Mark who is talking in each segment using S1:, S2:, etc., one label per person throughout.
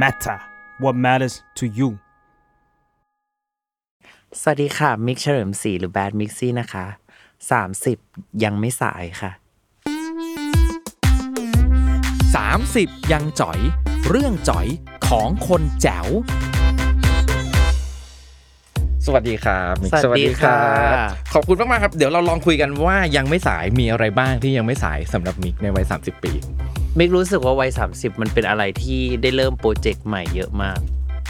S1: matter what matters to you
S2: สวัสดีค่ะ มิกเฉลิมศรีหรือแบดมิกซี่นะคะ 30 ยังไม่สายค่ะ
S3: 30 ยังจ๋อย เรื่องจ๋อยของคนแจ๋ว
S4: สวัสดีครับมิก
S2: สวัสดีค่ะ
S4: บขอบคุณมากๆครับ เดี๋ยวเราลองคุยกันว่ายังไม่สายมีอะไรบ้างที่ยังไม่สายสำหรับมิกในวัย 30 ปี
S2: มิกรู้สึกว่าวัย 30 มันเป็นอะไรที่ได้เริ่มโปรเจกต์ใหม่เยอะมาก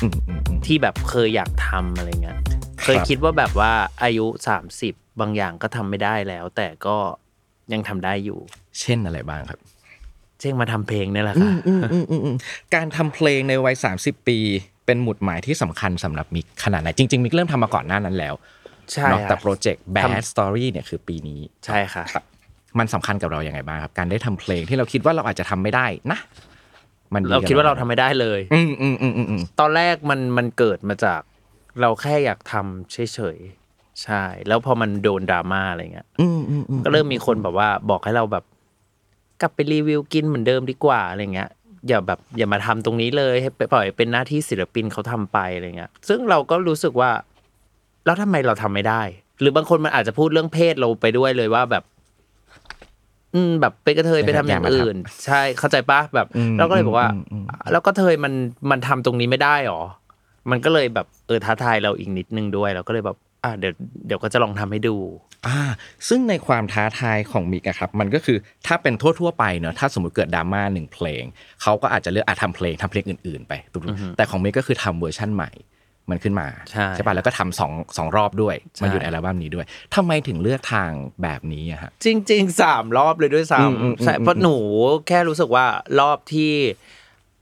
S4: อืมอืมอืม
S2: ที่แบบเคยอยากทำอะไรเงี้ย เคยคิดว่าแบบว่าอายุ 30 บางอย่างก็ทำไม่ได้แล้ว แต่ก็ยังทำได้อยู่
S4: เช่นอะไรบ้างครับ
S2: เช่งมาทำเพลงเนี่ยแหละค่ะ
S4: การทำเพลงในวัย 30 ปี เป็นหมุดหมายที่สำคัญสำหรับมิกขนาดไหนจริง ๆ มิกเริ่มทำมาก่อนหน้านั้นแล้ว
S2: ใช่
S4: เนาะ
S2: ค่ะ
S4: แต่โปรเจกต์ Bad
S2: ทำ
S4: Story เนี่ยคือปีนี้
S2: ใช่ค่ะ
S4: ครับมันสำคัญกับเราอย่างไงบ้างครับ การได้ทำเพลงที่เราคิดว่าเราอาจจะทำไม่ได้นะ มัน
S2: เราคิดว่าเราทำไม่ได้เลย
S4: อืมอืมอืมอืมอืม
S2: ตอนแรกมันมันเกิดมาจากเราแค่อยากทำเฉยๆ ใช่ แล้วพอมันโดนดราม่าอะไรเงี้ย
S4: อืมอืมอืม
S2: ก็เริ่มมีคนแบบว่าบอกให้เราแบบ กลับไปรีวิวกินเหมือนเดิมดีกว่าอะไรเงี้ยอย่าแบบอย่ามาทำตรงนี้เลยให้ปล่อยเป็นหน้าที่ศิลปินเขาทำไปอะไรเงี้ย ซึ่งเราก็รู้สึกว่า แล้วทำไมเราทำไม่ได้ หรือบางคนมันอาจจะพูดเรื่องเพศเราไปด้วยเลยว่าแบบ อืม แบบไปนกระเทยไปทำอย่างอื่น ใช่เข้าใจปะแบบ เราก็เลยบอกว่า แล้วก็เทยมันมันทำตรงนี้ไม่ได้หรอ มันก็เลยแบบเออท้าทายเราอีกนิดนึงด้วยเราก็เลยแบบ อ่ะเดี๋ยวเดี๋ยวก็จะลองทำให้ดู
S4: อ่า ซึ่งในความท้าทายของมิกอะครับ มันก็คือถ้าเป็นทั่วๆไปเนอะถ้าสมมติเกิดดราม่าหนึ่งเพลงเขาก็อาจจะเลือกอ่ะทำเพลงทำเพลงอื่นๆ ไปตุ๊บๆแต่ของมิกก็คือทำเวอร์ชั่นใหม่ มันขึ้นมา
S2: ใช่
S4: ป่ะแล้วก็ทำสองสองรอบด้วย
S2: ใช่
S4: มันอยู่ในอัลบั้มนี้ด้วยทำไมถึงเลือกทางแบบนี้อะฮะ
S2: จริงๆสามรอบเลยด้วย
S4: อืมอืม
S2: ซ้ำ
S4: อืม
S2: ใช่เพราะหนูแค่รู้สึกว่ารอบที่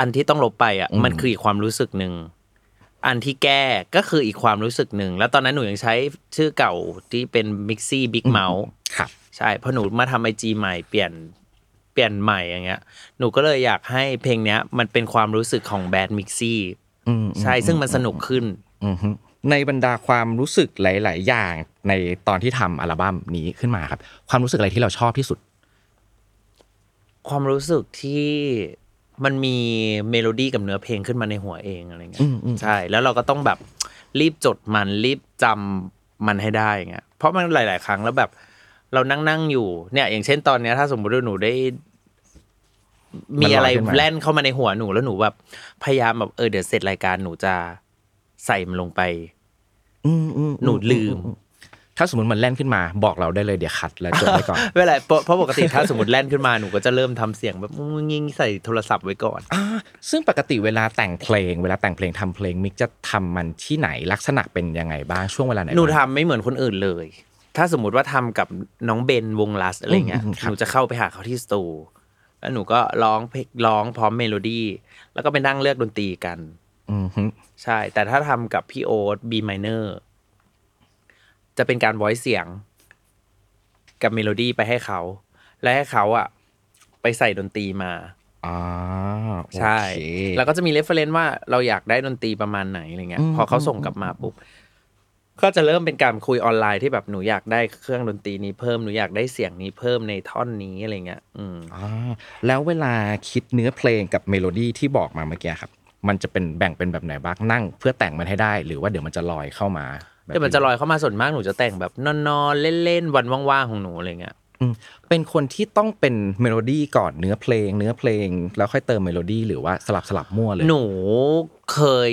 S2: อันที่ต้องลบไปอ่ะ
S4: อืม
S2: มันคืออีกความรู้สึกหนึ่งอันที่แก้ก็คืออีกความรู้สึกหนึ่งแล้วตอนนั้นหนูยังใช้ชื่อเก่าที่เป็นมิกซี่บิ๊กเมาส์
S4: ครับ
S2: ใช่เพราะหนูมาทำไอจีใหม่เปลี่ยนเปลี่ยนใหม่อย่างเงี้ย หนูก็เลยอยากให้เพลงเนี้ย มันเป็นความรู้สึกของแบรนด์มิกซี่
S4: อืม
S2: ใช่ซึ่งมันสนุกขึ้น
S4: อืมฮึในบรรดาความรู้สึกหลาย ๆ อย่างในตอนที่ทำอัลบั้มนี้ขึ้นมาครับ ความรู้สึกอะไรที่เราชอบที่สุด
S2: ความรู้สึกที่มันมีเมโลดี้กับเนื้อเพลงขึ้นมาในหัวเองอะไรเงี้ยใช่ แล้วเราก็ต้องแบบรีบจดมันรีบจำมันให้ได้เงี้ยเพราะมันหลาย ๆ ครั้งแล้วแบบเรานั่งนั่งๆอยู่เนี่ย อย่างเช่นตอนเนี้ยถ้าสมมติว่าหนูได้ มีอะไร
S4: มันลอยขึ้นมา
S2: แล่นเข้ามาในหัวหนูแล้วหนูแบบพยายามแบบเออเดี๋ยวเสร็จรายการหนูจะใส่มันลงไป
S4: อืมอืม
S2: หนูลืม
S4: ถ้าสมมติมันแล่นขึ้นมาบอกเราได้เลยเดี๋ยวคัดแล้วจดไว้ก่ อน
S2: เวลาเพราะเพราะปกติถ้าสมมติแล่นขึ้นมาหนูก็จะเริ่มทำเสียงแบบงุ้งงิ้งใส่โทรศัพท์ไว้ก่อน
S4: อ่าซึ่งปกติเวลาแต่งเพลง เวลาแต่งเพลงทำเพลงมิกจะทำมันที่ไหนลักษณะเป็นยังไงบ้างช่วงเวลาไหน
S2: หนู
S4: บ้าง
S2: ทำไม่เหมือนคนอื่นเลย ถ้าสมมุติว่าทำกับน้องเบนวงลัสอะไรเงี้ย
S4: อืมอืมครั
S2: ห
S4: บ
S2: นูจะเข้าไปหาเขาที่สตูแล้วหนูก็ร้องเพลงร้องพร้อมเมโลดี้ แล้วก็ไปนั่งเลือกดนตรีกัน
S4: อืมฮึ
S2: ใช่ แต่ถ้าทำกับพี่โอ๊ต B minor จะเป็นการ voice เสียง กับเมโลดี้ไปให้เขา และให้เขาอะไปใส่ดนตรีมา
S4: อ่าโอเค
S2: ใช่ แล้วก็จะมีเรฟเฟรนซ์ว่าเราอยากได้ดนตรีประมาณไหนอะไรเงี้ย
S4: อืม
S2: พอเขาส่งกลับมาปุ๊บ ก็จะเริ่มเป็นการคุยออนไลน์ที่แบบหนูอยากได้เครื่องดนตรีนี้เพิ่ม หนูอยากได้เสียงนี้เพิ่มในท่อนนี้อะไรเงี้ย อืม
S4: อ่าแล้วเวลาคิดเนื้อเพลงกับเมโลดี้ที่บอกมาเมื่อกี้ครับ มันจะเป็นแบ่งเป็นแบบไหนบ้างนั่ง เพื่อแต่งมันให้ได้ หรือว่าเดี๋ยวมันจะลอยเข้ามาแบบ
S2: เดี๋ยวมันจะลอยเข้ามาส่วนมากหนูจะแต่งแบบนอนๆเล่นๆวันว่างๆของหนูอะไรเงี้ย
S4: อืมเป็นคนที่ต้องเป็นเมโลดี้ก่อนเนื้อเพลง เนื้อเพลง แล้วค่อยเติมเมโลดี้หรือว่าสลับสลับมั่วเลย
S2: หนูเคย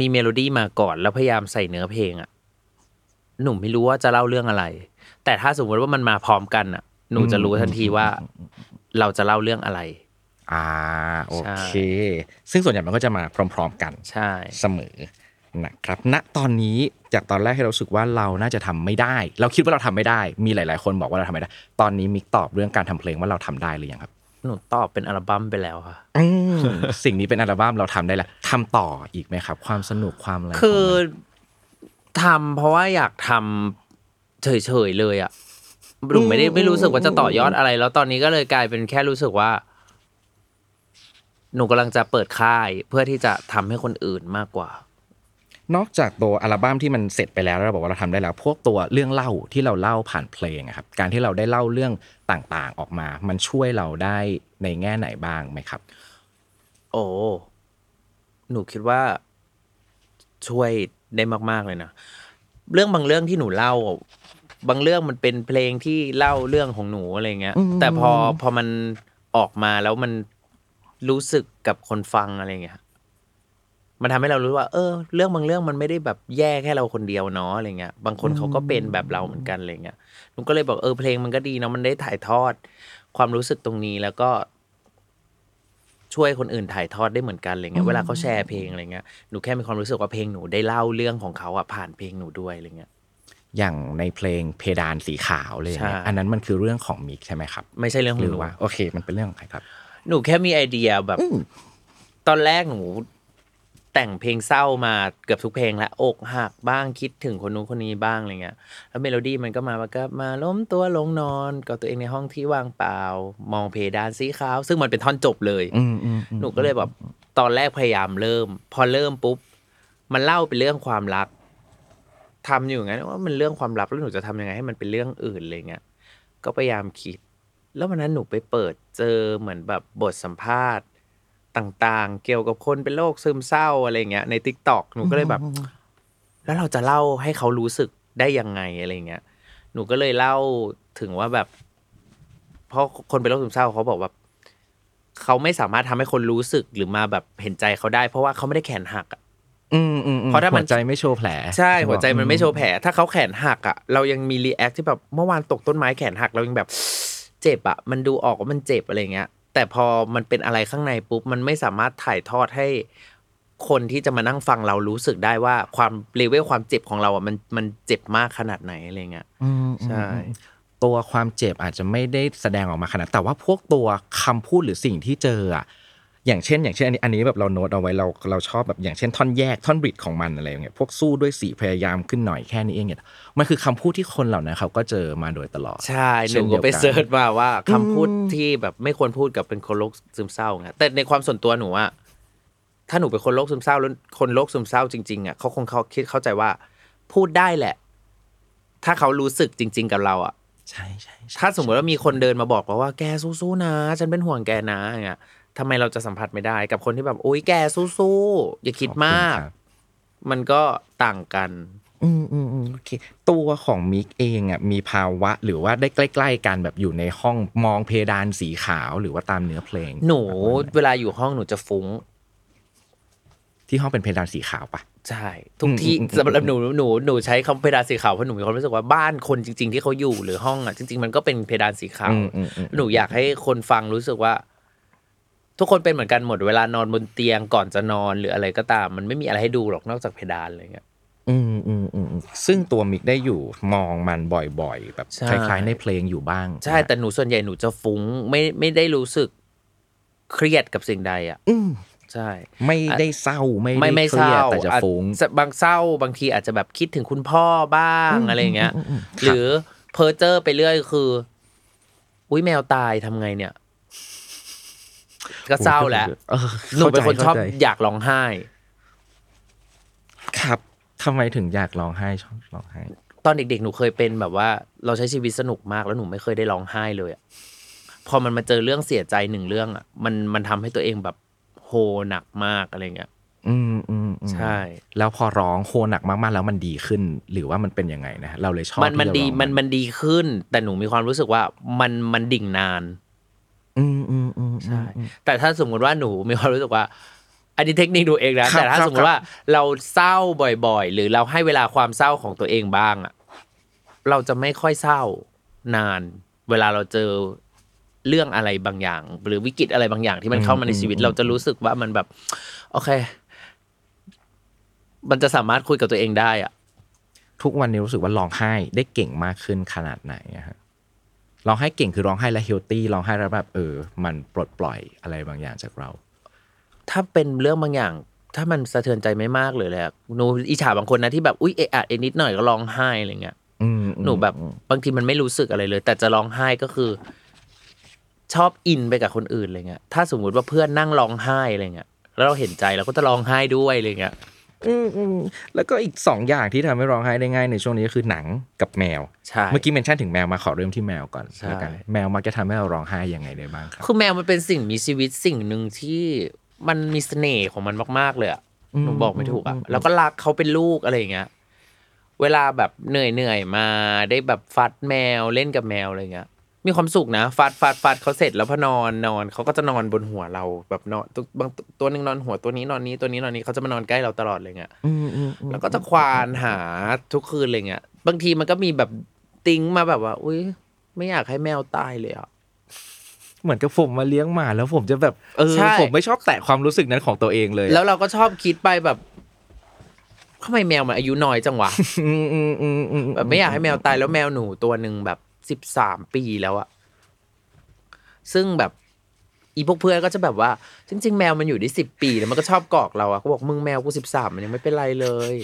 S2: มีเมโลดี้มาก่อน แล้วพยายามใส่เนื้อเพลงอะหนูไม่รู้ว่าจะเล่าเรื่องอะไร แต่ถ้าสมมติว่ามันมาพร้อมกันอะหนูจะรู้ทันทีว่า เราจะเล่าเรื่องอะไร
S4: อ่าโอเค
S2: ใช่
S4: ซึ่งส่วนใหญ่มันก็จะมาพร้อม ๆ กัน
S2: ใช่
S4: เสมอนะครับณตอนนี้จากตอนแรกที่เรารู้สึกว่าเราน่าจะทำไม่ได้ เราคิดว่าเราทำไม่ได้ มีหลาย ๆ คนบอกว่าเราทำไม่ได้ ตอนนี้มิกตอบเรื่องการทำเพลงว่าเราทำได้หรือยังครับ
S2: หนูตอบเป็นอัลบั้มไปแล้วค่ะ
S4: สิ่งนี้เป็นอัลบั้มเราทำได้แล้วทำต่ออีกไหมครับ ความสนุกความอะไร
S2: คือ
S4: ขงมัน
S2: ทำเพราะว่าอยากทำเฉยๆเลยอะหนูไม่ได้ไม่รู้สึกว่าจะต่อยอดอะไร แล้วตอนนี้ก็เลยกลายเป็นแค่รู้สึกว่า หนูกำลังจะเปิดค่ายเพื่อที่จะทำให้คนอื่นมากกว่า
S4: นอกจากตัวอัลบั้มที่มันเสร็จไปแล้วแล้วเราบอกว่าเราทำได้แล้ว พวกตัวเรื่องเล่าที่เราเล่าผ่านเพลงอะครับการที่เราได้เล่าเรื่องต่างๆออกมา มันช่วยเราได้ในแง่ไหนบ้างไหมครับ
S2: โอ้ หนูคิดว่าช่วยได้มาก ๆ เลยนะ เรื่องบางเรื่องที่หนูเล่า บางเรื่องมันเป็นเพลงที่เล่าเรื่องของหนูอะไรเงี้ย แต่พอพอมันออกมาแล้วมันรู้สึกกับคนฟังอะไรเงี้ย มันทำให้เรารู้ว่า เออ เรื่องบางเรื่องมันไม่ได้แบบแย่แค่เราคนเดียวเนาะอะไรเงี้ย บางคนเขาก็เป็นแบบเราเหมือนกันอะไรเงี้ย หนูก็เลยบอกเออเพลงมันก็ดีเนาะมันได้ถ่ายทอด ความรู้สึกตรงนี้แล้วก็ ช่วยคนอื่นถ่ายทอดได้เหมือนกันอะไรเงี้ยเวลาเขาแชร์เพลงอะไรเงี้ยหนูแค่มีความรู้สึกว่าเพลงหนูได้เล่าเรื่องของเขาอะผ่านเพลงหนูด้วยอะไรเงี้ย
S4: อย่างในเพลงเพดานสีขาวเลยางเนี่ย
S2: ใช่
S4: อันนั้นมันคือเรื่องของมิกใช่ไหมครับ
S2: ไม่ใช่เรื่องขอ
S4: ห
S2: ง
S4: รื
S2: ห
S4: อ
S2: นู
S4: ว่าโอเคมันเป็นเรื่องของใครครับ
S2: หนูแค่มีไอเดียแบบ ตอนแรกหนูแต่งเพลงเศร้ามาเกือบทุกเพลงละอกหักบ้างคิดถึงคนนู้นคนนี้บ้างอะไรเงี้ยแล้วเมโลดี้มันก็มาว่าก็มาล้มตัวลงนอนกอดตัวเองในห้องที่ว่างเปล่า มองเพดานสีขาว ซึ่งมันเป็นท่อนจบเลย
S4: อืมอืมอืม
S2: หนูก็เลยแบบตอนแรกพยายามเริ่ม พอเริ่มปุ๊บ มันเล่าเป็นเรื่องความรักทำอยู่อย่างนั้นว่ามันเรื่องความรักแล้วหนูจะทำยังไงให้มันเป็นเรื่องอื่นอะไรเงี้ยก็พยายามคิด แล้ววันนั้นหนูไปเปิดเจอเหมือนแบบบทสัมภาษณ์ต่างๆ เกี่ยวกับคนเป็นโรคซึมเศร้าอะไรเงี้ยในทิกตอกหนูก็เลยแบบ แล้วเราจะเล่าให้เขารู้สึกได้ยังไงอะไรเงี้ย หนูก็เลยเล่าถึงว่าแบบ เพราะคนเป็นโรคซึมเศร้าเขาบอกว่า เขาไม่สามารถทำให้คนรู้สึกหรือมาแบบเห็นใจเขาได้ เพราะว่าเขาไม่ได้แขนหักอะ
S4: อืมอืม
S2: เพราะถ้ามัน
S4: หัวใจไม่โชว์แผล
S2: ใช่หัวใจมันไม่โชว์แผล ถ้าเขาแขนหักอ่ะเรายังมีรีแอคที่แบบเมื่อวานตกต้นไม้แขนหักเรายังแบบ เจ็บอ่ะมันดูออกว่ามันเจ็บอะไรเงี้ย แต่พอมันเป็นอะไรข้างในปุ๊บมันไม่สามารถถ่ายทอดให้คนที่จะมานั่งฟังเรารู้สึกได้ว่าความเลเวลความเจ็บของเราอ่ะมันมันเจ็บมากขนาดไหนอะไรเงี้ย
S4: อืมอืม
S2: ใช่
S4: อืมตัวความเจ็บอาจจะไม่ได้แสดงออกมาขนาด แต่ว่าพวกตัวคำพูดหรือสิ่งที่เจออะอย่างเช่น อย่างเช่นอันนี้อันนี้แบบเราโน้ตเอาไว้เราเราชอบแบบอย่างเช่นท่อนแยกท่อนบริดของมันอะไรอย่างเงี้ยพวกสู้ด้วยสีพยายามขึ้นหน่อยแค่นี้เองเนี่ยมันคือคำพูดที่คนเหล่านั้นเขาก็เจอมาโดยตลอด
S2: ใช่ห
S4: เช่
S2: นู
S4: นเดี
S2: ก็
S4: ยวกัน
S2: ไปเสิร์ชมาว่าคำพูดที่แบบไม่ควรพูดกับเป็นคนโรคซึมเศร้าไงแต่ในความส่วนตัวหนูอะถ้าหนูเป็นคนโรคซึมเศร้าแล้วคนโรคซึมเศร้าจริงๆอะเขาคงเขาคิดเข้าใจว่า พูดได้แหละ ถ้าเขารู้สึกจริง ๆ กับเราอะ
S4: ใช่ใช่ใช่
S2: ถ้าสมมติว่ามีคนเดินมาบอกเราว่าแกสู้ๆนะ ฉันเป็นห่วงแกนะอย่างเงี้ยทำไมเราจะสัมผัสไม่ได้กับคนที่แบบโอ๊ยแกสู้ๆอย่าคิดมาก
S4: ขอบคุณครับ
S2: มันก็ต่างกัน
S4: อืมอืมอืมโอเคตัวของมิกเองอ่ะมีภาวะหรือว่าได้ใกล้ๆกันแบบอยู่ในห้องมองเพดานสีขาวหรือว่าตามเนื้อเพลง
S2: หนูเวลาอยู่ห้องหนูจะฟุ้ง
S4: ที่ห้องเป็นเพดานสีขาวปะ
S2: ใช่ทุกที่
S4: อืมอืมอืม
S2: สำหรับหนูหนูหนูใช้คำเพดานสีขาวเพราะหนูมีความรู้สึกว่าบ้านคนจริง ๆ ที่เขาอยู่หรือห้องอ่ะจริง ๆ มันก็เป็นเพดานสีขาว
S4: อืมอืมอืม
S2: หนูอยากให้คนฟังรู้สึกว่า ทุกคนเป็นเหมือนกันหมดเวลานอนบนเตียงก่อนจะนอนหรืออะไรก็ตาม มันไม่มีอะไรให้ดูหรอกนอกจากเพดานอะไรเงี้ย
S4: อืมอืมอืมอืมซึ่งตัวมิกได้อยู่มองมันบ่อยๆ แบบ
S2: ใช่
S4: คล้ายๆในเพลงอยู่บ้าง
S2: ใช่แต่หนูส่วนใหญ่หนูจะฟุ้งไม่ไม่ได้รู้สึกเครียดกับสิ่งใดอ่ะ
S4: อืม
S2: ใช่
S4: ไม่ได้เศร้าไม่
S2: ไม่
S4: ได้
S2: ไม่
S4: เค
S2: เศ
S4: รี
S2: ร้าย
S4: ดแต่จะ
S2: อาจ
S4: ฟุ้ง
S2: บางเศร้าบางทีอาจจะแบบคิดถึงคุณพ่อบ้างอะไรอย่างเงี้ย หรือเพอเจอร์ไปเรื่อยคือ อุ้ยแมวตายทำไงเนี่ย ก็เศร้าแหละ
S4: เออ
S2: หนูเป็นคนชอบ
S4: เข้าใจ
S2: อยากร้องไห้
S4: ครับทำไมถึงอยากร้องไห้ชอบร้องไห้
S2: ตอนเด็กๆ หนูเคยเป็นแบบว่า เราใช้ชีวิตสนุกมากแล้วหนูไม่เคยได้ร้องไห้เลยอะพอมันมาเจอเรื่องเสียใจหนึ่งเรื่องอะมันมันทำให้ตัวเองแบบโหหนักมากอะไรเงี้ย
S4: อืมอืมอืม
S2: ใช่
S4: แล้วพอร้องโคหนักมากๆแล้วมันดีขึ้น หรือว่ามันเป็นยังไงนะฮะเราเลยชอบ
S2: มันมันดี
S4: ที่จะร้อง
S2: มันมันดีขึ้น แต่หนูมีความรู้สึกว่ามันมันดิ่งนาน
S4: อืมอืมอืม
S2: ใช่ แต่ถ้าสมมุติว่าหนูมีความรู้สึกว่า อันนี้เทคนิคดูเองนะ
S4: ครับ
S2: แต่ถ้า
S4: ครับ
S2: สมมติว่าเราเศร้าบ่อยๆ หรือเราให้เวลาความเศร้าของตัวเองบ้างอะเราจะไม่ค่อยเศร้านาน เวลาเราเจอเรื่องอะไรบางอย่าง หรือวิกฤตอะไรบางอย่างที่มันเข้ามาในชีวิต
S4: อืม
S2: เราจะรู้สึกว่ามันแบบ โอเค มันจะสามารถคุยกับตัวเองได้อะ
S4: ทุกวันนี้รู้สึกว่าร้องไห้ได้เก่งมากขึ้นขนาดไหนอะฮะร้องไห้เก่งคือร้องไห้และเฮลตี้ร้องไห้แล้วแบบเออ มันปลดปล่อยอะไรบางอย่างจากเรา
S2: ถ้าเป็นเรื่องบางอย่าง ถ้ามันสะเทือนใจไม่มากเลยแหลยอะหนูอิจฉาบางคนนะที่แบบอุ๊ยเอะอะเอะนิดหน่อยก็ร้องไห้อะไรเงี้ย
S4: อืมอืม
S2: หนูแบบบางทีมันไม่รู้สึกอะไรเลย แต่จะร้องไห้ก็คือ ชอบอินไปกับคนอื่นอะไรเงี้ยถ้าสมมุติว่าเพื่อนนั่งร้องไห้อะไรเงี้ยแล้วเราเห็นใจเราก็จะร้องไห้ด้วยอะไรเงี้ย
S4: อืมอืมแล้วก็อีกสองอย่างที่ทำให้ร้องไห้ได้ง่ายในช่วงนี้ก็คือหนังกับแมว
S2: ใช่
S4: เมื่อกี้เมนชั่นถึงแมวมาขอเริ่มที่แมวก่อนแล้วกันแมวมักจะทำให้เราร้องไห้ยังไงได้บ้างครับ
S2: คือแมวมันเป็นสิ่งมีชีวิตสิ่งหนึ่งที่ มันมีเสน่ห์ของมันมาก ๆ เลยอะหนูบอกไม่ถูกอะแล้วก็รักเขาเป็นลูกอะไรอย่างเงี้ย เวลาแบบเหนื่อยเหนื่อยๆมาได้แบบฟัดแมวเล่นกับแมวอะไรเงี้ย มีความสุขนะฟัดฟัดฟัดเขาเสร็จแล้วพอนอนนอนเขาก็จะนอนบนหัวเราแบบนอนตัวบางตัวหนึงนอนหัวตัวนี้นอนนี้ตัวนี้นอนนี้เขาจะมานอนใกล้เราตลอดเลยเงี้ย แล้วก็จะควานหาทุกคืนอะไรเงี้ย บางทีมันก็มีแบบติ้งมาแบบว่า อุ้ยไม่อยากให้แมวตายเลยอ่ะ
S4: เหมือนกับผมมาเลี้ยงหมาแล้วผมจะแบบเออ
S2: ใช่
S4: ผมไม่ชอบแตะความรู้สึกนั้นของตัวเองเลย
S2: แล้วเราก็ชอบคิดไปแบบทำไมแมวมันอายุน้อยจังวะ
S4: อืมอืมอืมอืม
S2: แบบไม่อยากให้แมวตายแล้วแมวหนูตัวหนึ่งแบบสิบสามปีแล้วอะซึ่งแบบอีพวกเพื่อนก็จะแบบว่า จริง ๆ แมวมันอยู่ได้สิบปีแล้วมันก็ชอบกอกเราอะก็บอกมึงแมวกูสิบสามมันยังไม่เป็นไรเลย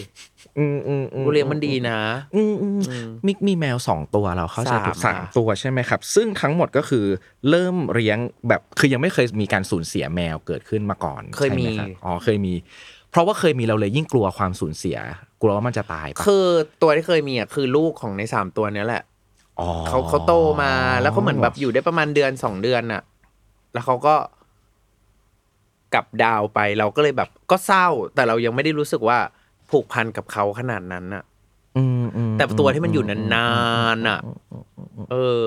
S4: อืมอืมอืม
S2: กูเลี้ยงมันดีนะ
S4: อืมอืม
S2: อืม
S4: มิกมีแมวสองตัวเราเข้าใจถูก
S2: สา
S4: สาม ม
S2: อะ
S4: ตัวใช่ไหมครับ ซึ่งทั้งหมดก็คือเริ่มเลี้ยงแบบคือยังไม่เคยมีการสูญเสียแมวเกิดขึ้นมาก่อน
S2: เคย
S4: ใช่ไห
S2: มี
S4: รับอ๋อเคยมี เพราะว่าเคยมีเราเลยยิ่งกลัวความสูญเสีย กลัวว่ามันจะตายปะ
S2: คือตัวที่เคยมีอะคือลูกของในสามตัวเนี้ยแหละ
S4: อ๋อ
S2: เขาเขาโตมาแล้วเขาเหมือนแบบอยู่ได้ประมาณเดือนสองเดือนน่ะ แล้วเขาก็กลับดาวไปเราก็เลยแบบก็เศร้า แต่เรายังไม่ได้รู้สึกว่าผูกพันกับเขาขนาดนั้นน่ะ
S4: อืมอืม
S2: แต่ตัวที่มันอยู่นานๆน่ะ เออ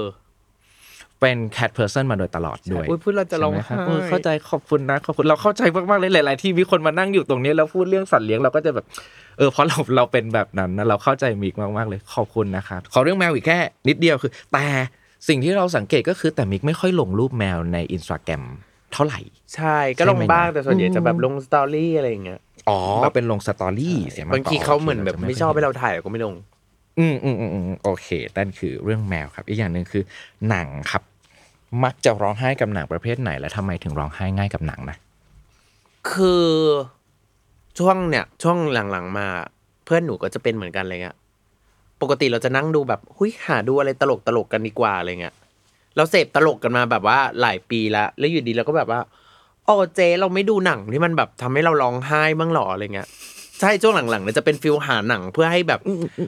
S4: เป็นแคทเพอร์เซนมาโดยตลอดด้วย
S2: อุ้ยพูดเราจะร้อง
S4: ใช่ไหมค
S2: ไห้
S4: รับเออเข้าใจขอบคุณนะขอบคุณเราเข้าใจมากๆเลยหลาย ๆ ที่มีคนมานั่งอยู่ตรงนี้แล้วพูดเรื่องสัตว์เลี้ยงเราก็จะแบบเออเพราะเราเราเป็นแบบนั้นนะเราเข้าใจมิกมากๆเลยขอบคุณนะครับขอเรื่องแมวอีกแค่นิดเดียวคือ แต่สิ่งที่เราสังเกตก็คือแต่มิกไม่ค่อยลงรูปแมวในอินสตาแกรมเท่าไหร่
S2: ใช่ก็ลง
S4: ใช่ไหม
S2: บ้าง
S4: นะ
S2: แต่ส่วนใหญ่จะแบบลงสตอรี่อะไรอย่างเงี้ย
S4: อ๋อเป็นลงสตอรี่เสียมกกว่
S2: บางทีเขาเหมือนแบบไม่ชอบให้เราถ่ายเราก็ไม่ลง
S4: อืมอืมอืมอืมโอเคนั่นคือเรื่องแมวครับ อีกอย่างหนึ่งคือหนังครับ มักจะร้องไห้กับหนังประเภทไหน และทำไมถึงร้องไห้ง่ายกับหนังนะ
S2: คือช่วงเนี่ย ช่วงหลังๆมา เพื่อนหนูก็จะเป็นเหมือนกันอะไรเงี้ยปกติเราจะนั่งดูแบบหุยหาดูอะไรตลกตลกๆกันดีกว่าอะไรเงี้ยเราเสพตลกกันมาแบบว่าหลายปีละแล้วอยู่ดีเราก็แบบว่าโอ้เจเราไม่ดูหนังที่มันแบบทำให้เราร้องไห้บ้างหรออะไรเงี้ยใช่ช่วงหลังๆเนี่ยจะเป็นฟิลหาหนังเพื่อให้แบบ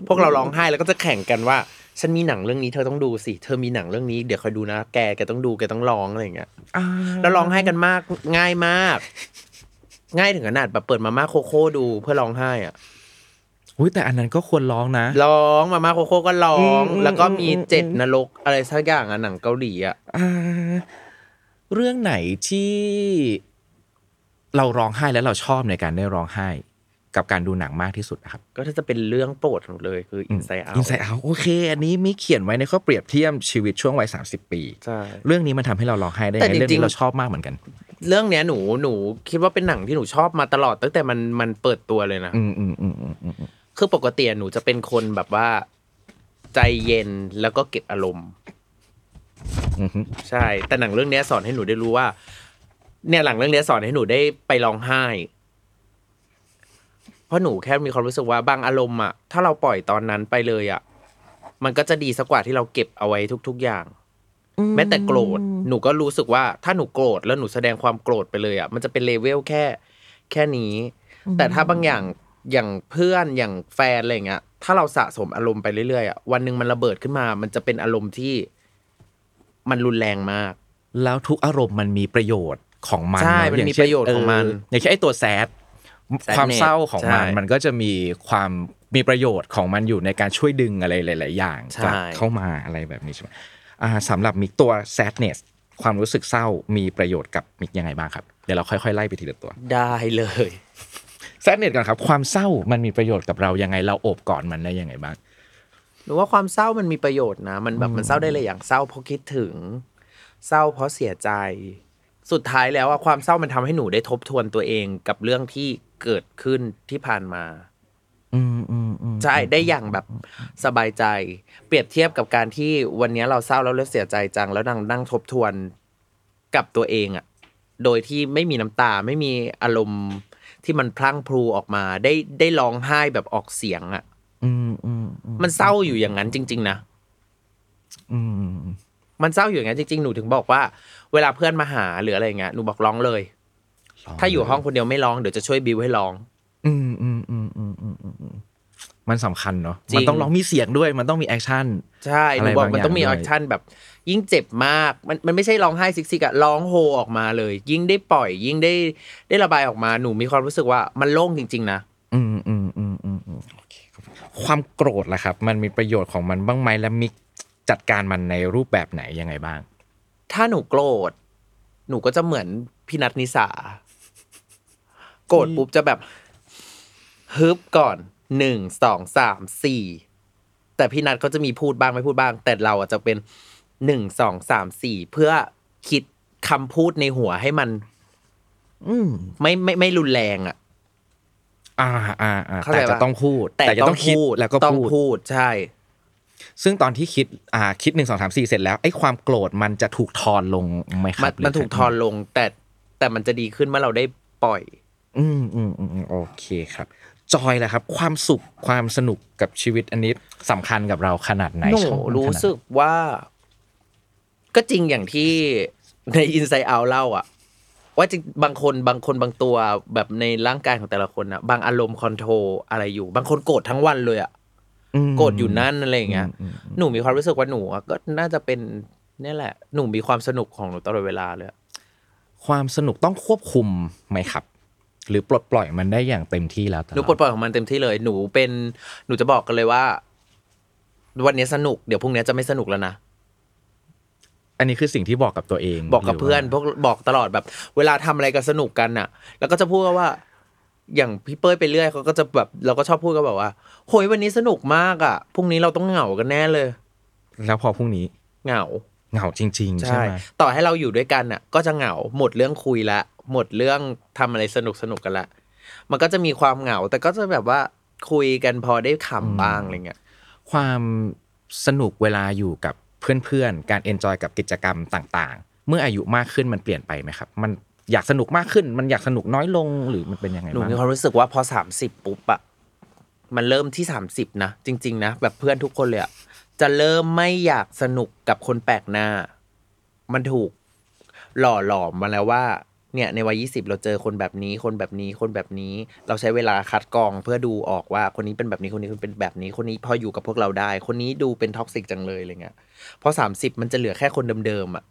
S2: พวกเราร้องไห้แล้วก็จะแข่งกันว่า ฉันมีหนังเรื่องนี้เธอต้องดูสิเธอมีหนังเรื่องนี้เดี๋ยวคอยดูนะแกแกต้องดูแกต้องร้องอะไรเงี้ย แล้วร้องไห้กันมากง่ายมาก ง่ายถึงขนาดแบบเปิดมาม่าโคโค่ดูเพื่อร้องไห้อะ
S4: อุ้ยแต่อันนั้นก็ควรร้องนะ
S2: ร้องมาม่าโคโค่ก็ร้อง
S4: อืม
S2: แล้วก็มี
S4: อืม
S2: เจ็ดนรกอะไรสักอย่างอะหนังเกาหลีอะ
S4: อ่าเรื่องไหนที่เราร้องไห้แล้วเราชอบในการได้ร้องไห้ กับการดูหนังมากที่สุดนะครับ
S2: ก็ถ้าจะเป็นเรื่องโปรดหนูเลยคืออินไซ e ์เอา
S4: อินไซด์เอาโอเค อันนี้มีเขียนไว้ในข้อเปรียบเทียบชีวิตช่วงวัยสาปี
S2: ใช่
S4: เรื่องนี้มันทำให้เราร้องไห้ได้
S2: แต่
S4: ไง
S2: จริงๆ
S4: เรื่องนี้เราชอบมากเหมือนกัน
S2: เรื่องเนี้ยหนูหนูคิดว่าเป็นหนังที่หนูชอบมาตลอดตั้งแต่มันมันเปิดตัวเลยนะ
S4: อืมอืมอืมอืมอืมอืม
S2: คือปกติหนูจะเป็นคนแบบว่า ใจเย็นแล้วก็เก็บอารมณ์
S4: อืม
S2: ใช่ แต่หนังเรื่องเนี้ยสอนให้หนูได้รู้ว่า เนี่ยหลังเรื่องเนี้ยสอนให้หนูได้ไปร้องไห้ เพราะหนูแค่มีความรู้สึกว่าบางอารมณ์อะถ้าเราปล่อยตอนนั้นไปเลยอะมันก็จะดีสักกว่าที่เราเก็บเอาไว้ทุก ๆ อย่าง แม้แต่โกรธ หนูก็รู้สึกว่าถ้าหนูโกรธแล้วหนูแสดงความโกรธไปเลยอะมันจะเป็นเลเวลแค่ แค่นี้ แต่ถ้าบางอย่างอย่างเพื่อนอย่างแฟนอะไรอย่างเงี้ยถ้าเราสะสมอารมณ์ไปเรื่อยๆอะวันหนึ่งมันระเบิดขึ้นมา มันจะเป็นอารมณ์ที่มันรุนแรงมาก
S4: แล้วทุกอารมณ์มันมีประโยชน์ของมัน
S2: ใช่
S4: เอะ
S2: มันมี
S4: างเช่
S2: ประโยชน์ของมัน
S4: เอย่างเช่นไอ้ตัวแซด
S2: Sadness
S4: ความเศร้าของมัน
S2: ใช่
S4: มันก็จะมีความมีประโยชน์ของมันอยู่ในการช่วยดึงอะไรหลาย ๆ อย่าง
S2: ใช่
S4: กลับเข้ามาอะไรแบบนี้ใช่ไหมอ่าสำหรับมิกตัว sadness ความรู้สึกเศร้ามีประโยชน์กับมิกยังไงบ้างครับ เดี๋ยวเราค่อย ๆ ไล่ไปทีละตัว
S2: ได้เลย
S4: sadness ก่อนครับความเศร้ามันมีประโยชน์กับเรายังไงเราโอบกอดมันได้ยังไงบ้าง
S2: หนูว่าความเศร้ามันมีประโยชน์นะ มันแบบมันเศร้าได้เลยอย่างเศร้าเพราะคิดถึง เศร้าเพราะเสียใจ สุดท้ายแล้วอะความเศร้ามันทำให้หนูได้ทบทวนตัวเองกับเรื่องที่เกิดขึ้นที่ผ่านมา
S4: อืมอืมอืม
S2: ใช่ได้อย่างแบบสบายใจ เปรียบเทียบกับการที่วันนี้เราเศร้าแล้วเราเสียใจจัง แล้วนั่งนั่งทบทวนกับตัวเองอะโดยที่ไม่มีน้ำตาไม่มีอารมณ์ที่มันพลั่งพลูออกมาได้ได้ร้องไห้แบบออกเสียงอะ
S4: อืมอืมอืม
S2: มันเศร้าอยู่อย่างนั้นจริง ๆ นะ
S4: อืมอืม
S2: มันเศร้าอยู่อย่างนั้นจริงๆ หนูถึงบอกว่า เวลาเพื่อนมาหาหรืออะไรอย่างเงี้ย หนูบอกร้องเลย ถ้าอยู่ห้องคนเดียวไม่ร้อง เดี๋ยวจะช่วยบิวให้ร้อง
S4: อืมอืมอืมอืมอืมอืม มันสำคัญเนาะ
S2: จริง
S4: มันต้องร้องมีเสียงด้วยมันต้องมีแอคชั่น
S2: ใช่ห
S4: อะไร
S2: นูบอกมัน
S4: บางอย่าง
S2: ต้องมี
S4: ด้
S2: อ
S4: วย
S2: อคชั่นแบบ ยิ่งเจ็บมาก มันมันไม่ใช่ร้องไห้ซิกซิกอะร้องโฮออกมาเลย ยิ่งได้ปล่อย ยิ่งได้ได้ระบายออกมาหนูมีความรู้สึกว่ามันโล่งจริง ๆ นะ
S4: อืมอืมอืมอืมอืมโอเคขอบคุณครับความโกรธล่ะครับ มันมีประโยชน์ของมันบ้างไหมและมิกจัดการมันในรูปแบบไหนยังไงบ้าง
S2: ถ้าหนูโกรธ หนูก็จะเหมือนพี่นัทนิสา โกรธปุ๊บจะแบบฮึบก่อนหนึ่งสองสามสี่แต่พี่นัทเขาจะมีพูดบ้างไม่พูดบ้าง แต่เราอะจะเป็นหนึ่งสองสามสี่เพื่อคิดคำพูดในหัวให้มัน
S4: อืม
S2: ไม่ไม่ไม่รุนแรงอะ
S4: อ่าอ่าอ่า
S2: เข้าใจ
S4: แต่จะ
S2: ปะ
S4: ต้องพูดจะต้องคิดแล้วก็
S2: ต้อง
S4: พูด
S2: พูดใช่
S4: ซึ่งตอนที่คิดอ่าคิดหนึ่งสองสามสี่เสร็จแล้วไอ้ความโกรธมันจะถูกทอนลงไหมครั
S2: มัน
S4: บหรื
S2: มันถูกทอนลงแต่แต่มันจะดีขึ้นเมื่อเราได้ปล่อย
S4: อืมอืมอืมอืมโอเคครับ จอยแหละครับ ความสุขความสนุกกับชีวิตอันนี้สำคัญกับเราขนาดไหน
S2: หนู
S4: ชอบมัน
S2: รู้
S4: ขนาดไหน
S2: สึกว่า ก็จริงอย่างที่ในอินไซ e o เอาเล่าอะว่าจริงบางคนบางคนบางตัวแบบในร่างกายของแต่ละคนอะบางอารมณ์คอนโทรลอะไรอยู่ บางคนโกรธทั้งวันเลยอะ
S4: อืม
S2: โกรธอยู่นั่นอะไรอย่างเงี้ย
S4: อืมอืมอืม
S2: หนูมีความรู้สึกว่าหนูอะก็น่าจะเป็นเนี่ยแหละ หนูมีความสนุกของหนูตลอดเวลาเลยอะ
S4: ความสนุกต้องควบคุมไหมครับ หรือปลดปล่อยมันได้อย่างเต็มที่แล้วแต่
S2: หนูปลดปล่อยของมันเต็มที่เลย หนูเป็นหนูจะบอกกันเลยว่า วันนี้สนุกเดี๋ยวพรุ่งนี้จะไม่สนุกแล้วนะ
S4: อันนี้คือสิ่งที่บอกกับตัวเอง
S2: บอกกับเพื่อน
S4: หรื
S2: พวกบอกตลอดแบบ เวลาทำอะไรกันสนุกกันน่ะ แล้วก็จะพูดว่า อย่างพี่เป้ยไปเรื่อยเขาก็จะแบบเราก็ชอบพูดกันแบบว่าโหยวันนี้สนุกมากอ่ะพรุ่งนี้เราต้องเหงากันแน่เลย
S4: าแล้วพอพรุ่งนี้
S2: เหงา
S4: เหงาจริง ๆ ใช่
S2: ใช่
S4: ไหม
S2: ต่อให้เราอยู่ด้วยกันน่ะ ก็จะเหงาหมดเรื่องคุยละ หมดเรื่องทำอะไรสนุกสนุกกันละ มันก็จะมีความเหงา แต่ก็จะแบบว่าคุยกันพอได้ขำบ้างอะไรเงี้ย
S4: ความสนุกเวลาอยู่กับเพื่อนๆ การเอนจอยกับกิจกรรมต่าง ๆ เมื่ออายุมากขึ้นมันเปลี่ยนไปไหมครับ มันอยากสนุกมากขึ้น มันอยากสนุกน้อยลงหรือมันเป็นยังไง
S2: หนู
S4: บ้าง
S2: มีความรู้สึกว่าพอสามสิบปุ๊บอะมันเริ่มที่สามสิบนะจริง ๆ นะแบบเพื่อนทุกคนเลยอะจะเริ่มไม่อยากสนุกกับคนแปลกหน้า มันถูกหล่อหลอมมาแล้วว่า เนี่ยในวัยยี่สิบเราเจอคนแบบนี้ คนแบบนี้คนแบบนี้ เราใช้เวลาคัดกรองเพื่อดูออกว่าคนนี้เป็นแบบนี้คนนี้เป็นแบบนี้คนนี้พออยู่กับพวกเราได้ คนนี้ดูเป็นท็อกซิกจังเลยอะไรเงี้ยพอสามสิบมันจะเหลือแค่คนเดิมๆอะ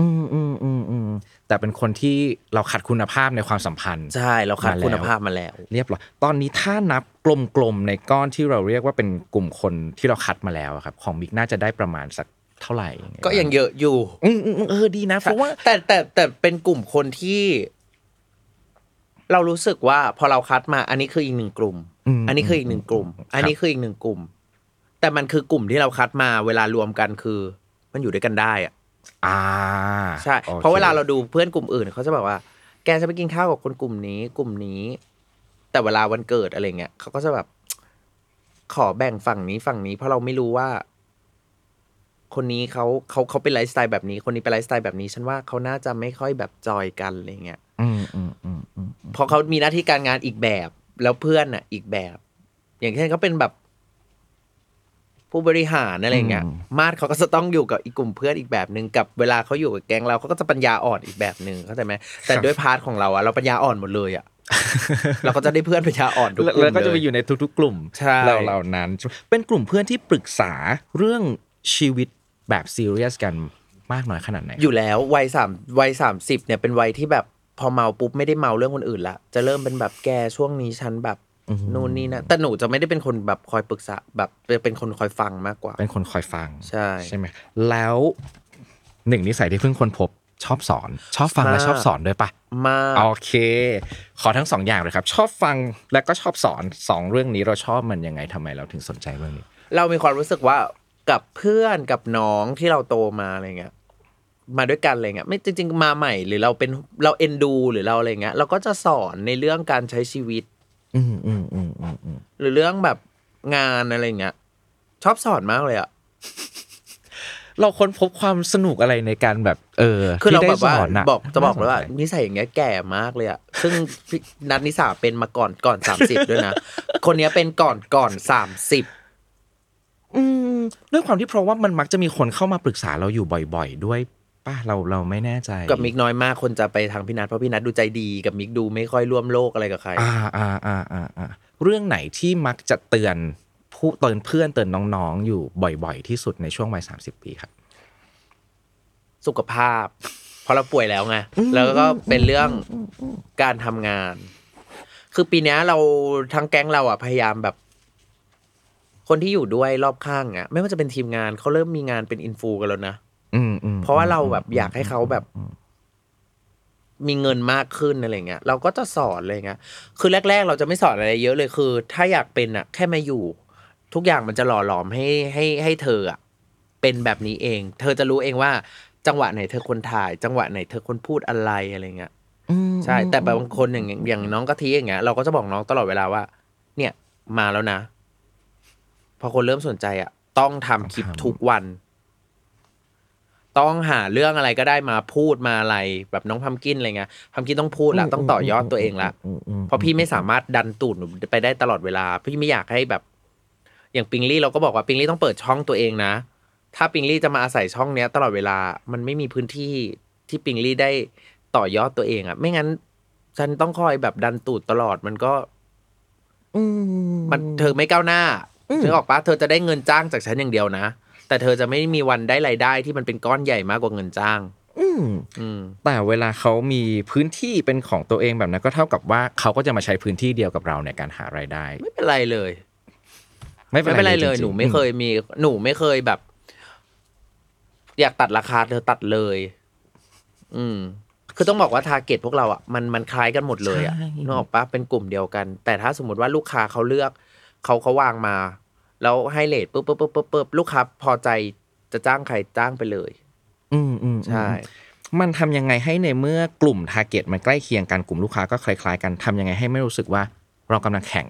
S4: อืมอืมอืมอืมแต่เป็นคนที่เราขัดคุณภาพในความสัมพันธ์
S2: ใช่เราขาด
S4: มาแล้ว
S2: คุณภาพมาแล้ว
S4: เรียบร้อยตอนนี้ถ้านับกลมๆในก้อนที่เราเรียกว่าเป็นกลุ่มคนที่เราคัดมาแล้วอะครับ ของบิ๊กน่าจะได้ประมาณสักเท่าไหร่ไ
S2: ก็ยังเยอะอยู่
S4: อืมอืมอืมเออดีนะเพราะว่า
S2: แต่แต่แต่เป็นกลุ่มคนที่ เรารู้สึกว่าพอเราคัดมา อันนี้คืออีกหนึ่งกลุ่ม
S4: อืม
S2: อันนี้คืออีกหนึ่งกลุ่ม
S4: ครับ
S2: อันนี้คืออีกหนึ่งกลุ่ม แต่มันคือกลุ่มที่เราคัดมา เวลารวมกันคือ มันอยู่ด้วยกันได้อะ
S4: อ่า
S2: ใช่
S4: โอค
S2: เพราะเวลาเราดูเพื่อนกลุ่มอื่นเขาจะแบบว่า แกจะไปกินข้าวกับคนกลุ่มนี้ กลุ่มนี้ แต่เวลาวันเกิดอะไรเงี้ยเขาก็จะแบบ ขอแบ่งฝั่งนี้ฝั่งนี้ เพราะเราไม่รู้ว่า คนนี้เขาเขาเขาเป็นไลฟ์สไตล์แบบนี้ คนนี้เป็นไลฟ์สไตล์แบบนี้ ฉันว่าเขาน่าจะไม่ค่อยแบบจอยกันอะไรเงี้ย
S4: อืมอืมอืมอืม
S2: เพราะเขามีหน้าที่การงานอีกแบบ แล้วเพื่อนอ่ะ อีกแบบ อย่างเช่นเขาเป็นแบบ ผู้บริหารอะไรเงี้ย มาดเขาก็จะต้องอยู่กับอีกกลุ่มเพื่อนอีกแบบหนึ่งกับเวลาเขาอยู่กับแก๊งเราเขาก็จะปัญญาอ่อนอีกแบบหนึ่งเข้าใจไหมแต่ด้วยพาร์ทของเราอะเราปัญญาอ่อนหมดเลย อะ เราก็จะได้เพื่อนปัญญาอ่อนทุก
S4: แล้ว
S2: กลุ่ม
S4: แล้วก็จะไป
S2: เลย
S4: อยู่ในทุกๆ กลุ่ม
S2: ใช่
S4: เราเหล่านั้น เป็นกลุ่มเพื่อนที่ปรึกษาเรื่องชีวิตแบบซีเรียสกันมากน้อยขนาดไหน
S2: อยู่แล้ววัยสามวัยสามสิบเนี่ยเป็นวัยที่แบบพอเมาปุ๊บไม่ได้เมาเรื่องคนอื่นละจะเริ่มเป็นแบบแกช่วงนี้ฉันแบบนู่นนี่นะแต่หนูจะไม่ได้เป็นคนแบบคอยปรึกษา แบบเป็นคนคอยฟังมากกว่า
S4: เป็นคนคอยฟัง
S2: ใช่
S4: ไหมแล้วหนึ่งนิสัยที่เพิ่งคนพบชอบสอน ชอบฟังและชอบสอนด้วยปะ
S2: มาก
S4: โอเค ขอทั้งสองอย่างเลยครับ ชอบฟังและก็ชอบสอนสองเรื่องนี้เราชอบมันยังไงทำไมเราถึงสนใจเรื่องนี้
S2: เรามีความรู้สึกว่ากับเพื่อนกับน้องที่เราโตมาอะไรเงี้ยมาด้วยกันอะไรเงี้ยไม่จริง ๆ มาใหม่หรือเราเป็นเราเอ็นดูหรือเราอะไรเงี้ยเราก็จะสอนในเรื่องการใช้ชีวิต
S4: อืมอืมอืมอืมอืม
S2: หรือเรื่องแบบงานอะไรเงี้ยชอบสอนมากเลยอะ
S4: เราค้นพบความสนุกอะไรในการแบบ เออ
S2: คือเรา
S4: ที่
S2: แบบ
S4: ได้ส
S2: ว่า
S4: อนน่
S2: บอกจะบอกเลยว่า
S4: น่สนใจ
S2: นิสัยอย่างเงี้ยแก่มากเลยอะซึ่ง พี่นัทนิสาเป็นมาก่อนก่อนสามสิบด้วยนะ คนเนี้ยเป็นก่อนก่อนสามสิบ
S4: อืมด้วยความที่เพราะว่ามันมักจะมีคนเข้ามาปรึกษาเราอยู่บ่อย ๆ ด้วยป้าเราเราไม่แน่ใจ
S2: กับมิกน้อยมากคนจะไปทางพี่นัทเพราะพี่นัทดูใจดีกับมิกดูไม่ค่อยร่วมโลกอะไรกับใคร
S4: อ่าอ่าอ่าอ่าอ่าเรื่องไหนที่มักจะเตือน ผู้เตือนเพื่อนเตือนน้องๆ อยู่บ่อยๆ ที่สุดในช่วงวัย30 ปีครับ
S2: สุขภาพ เพราะเราป่วยแล้วไง แล้วก็เป็นเรื่องการทำงาน คือปีเนี้ยเราทั้งแก๊งเราอ่ะพยายามแบบ คนที่อยู่ด้วยรอบข้างอ่ะ ไม่ว่าจะเป็นทีมงานเขาเริ่มมีงานเป็นอินฟูกันแล้วนะ
S4: อืมอืม
S2: เพราะว่าเราแบบอยากให้เขาแบบ มีเงินมากขึ้นอะไรเงี้ยเราก็จะสอนอะไรเงี้ยคือแรก ๆ เราจะไม่สอนอะไรเยอะเลยคือ ถ้าอยากเป็นอะแค่มาอยู่ ทุกอย่างมันจะหล่อหลอมให้ให้ให้เธออะเป็นแบบนี้เอง เธอจะรู้เองว่า จังหวะไหนเธอคนถ่าย จังหวะไหนเธอคนพูดอะไรอะไรเงี้ย
S4: อืม
S2: ใช่ แต่บางคนอย่างอย่างน้องกะทิอย่างเงี้ยเราก็จะบอกน้องตลอดเวลาว่า เนี่ยมาแล้วนะ พอคนเริ่มสนใจอะต้องทำคลิปทุกวัน ต้องหาเรื่องอะไรก็ได้มาพูดมาอะไร แบบน้องพัมกินอะไรเงี้ยพัมกินต้องพูดละต้องต่อยอดตัวเองละ
S4: มอืม
S2: เพราะพี่ไม่สามารถดันตูดหนูไปได้ตลอดเวลาพี่ไม่อยากให้แบบ อย่างปิงลี่เราก็บอกว่าปิงลี่ต้องเปิดช่องตัวเองนะ ถ้าปิงลี่จะมาอาศัยช่องเนี้ย ตลอดเวลามันไม่มีพื้นที่ที่ปิงลี่ได้ต่อยอดตัวเองอะไม่งั้น ฉันต้องคอยแบบดันตูดตลอดมันก็
S4: อื
S2: มันเธอไม่ก้าวหน้าถึงออกปะเธอจะได้เงินจ้างจากฉันอย่างเดียวนะ แต่เธอจะไม่มีวันได้รายได้ที่มันเป็นก้อนใหญ่มากกว่าเงินจ้าง
S4: อืม
S2: อืม
S4: แต่เวลาเขามีพื้นที่เป็นของตัวเองแบบนั้นก็เท่ากับว่าเขาก็จะมาใช้พื้นที่เดียวกับเราในการหารายได้
S2: ไม่เป็นไรเลย
S4: ไม่
S2: ไม่เป็นไรเลย
S4: จงๆ
S2: หนูไม่เคยมี หนูไม่เคยแบบ อยากตัดราคาเธอตัดเลย อืม คือต้องบอกว่าทาร์เก็ตพวกเราอ่ะมันมันคล้ายกันหมดเลยอ่ะนึกออกปะเป็นกลุ่มเดียวกัน แต่ถ้าสมมติว่าลูกค้าเขาเลือกเขาเขาวางมา แล้วให้เลทปุ๊บปุ๊บปุ๊บปุ๊บปุ๊บลูกค้าพอใจจะจ้างใครจ้างไปเลย
S4: อืมอืม
S2: ใช่
S4: มันทำยังไงให้ในเมื่อกลุ่มทาร์เก็ตมันใกล้เคียงกันกลุ่มลูกค้าก็คล้ายๆกันทำยังไงให้ไม่รู้สึกว่าเรากำลังแข่ง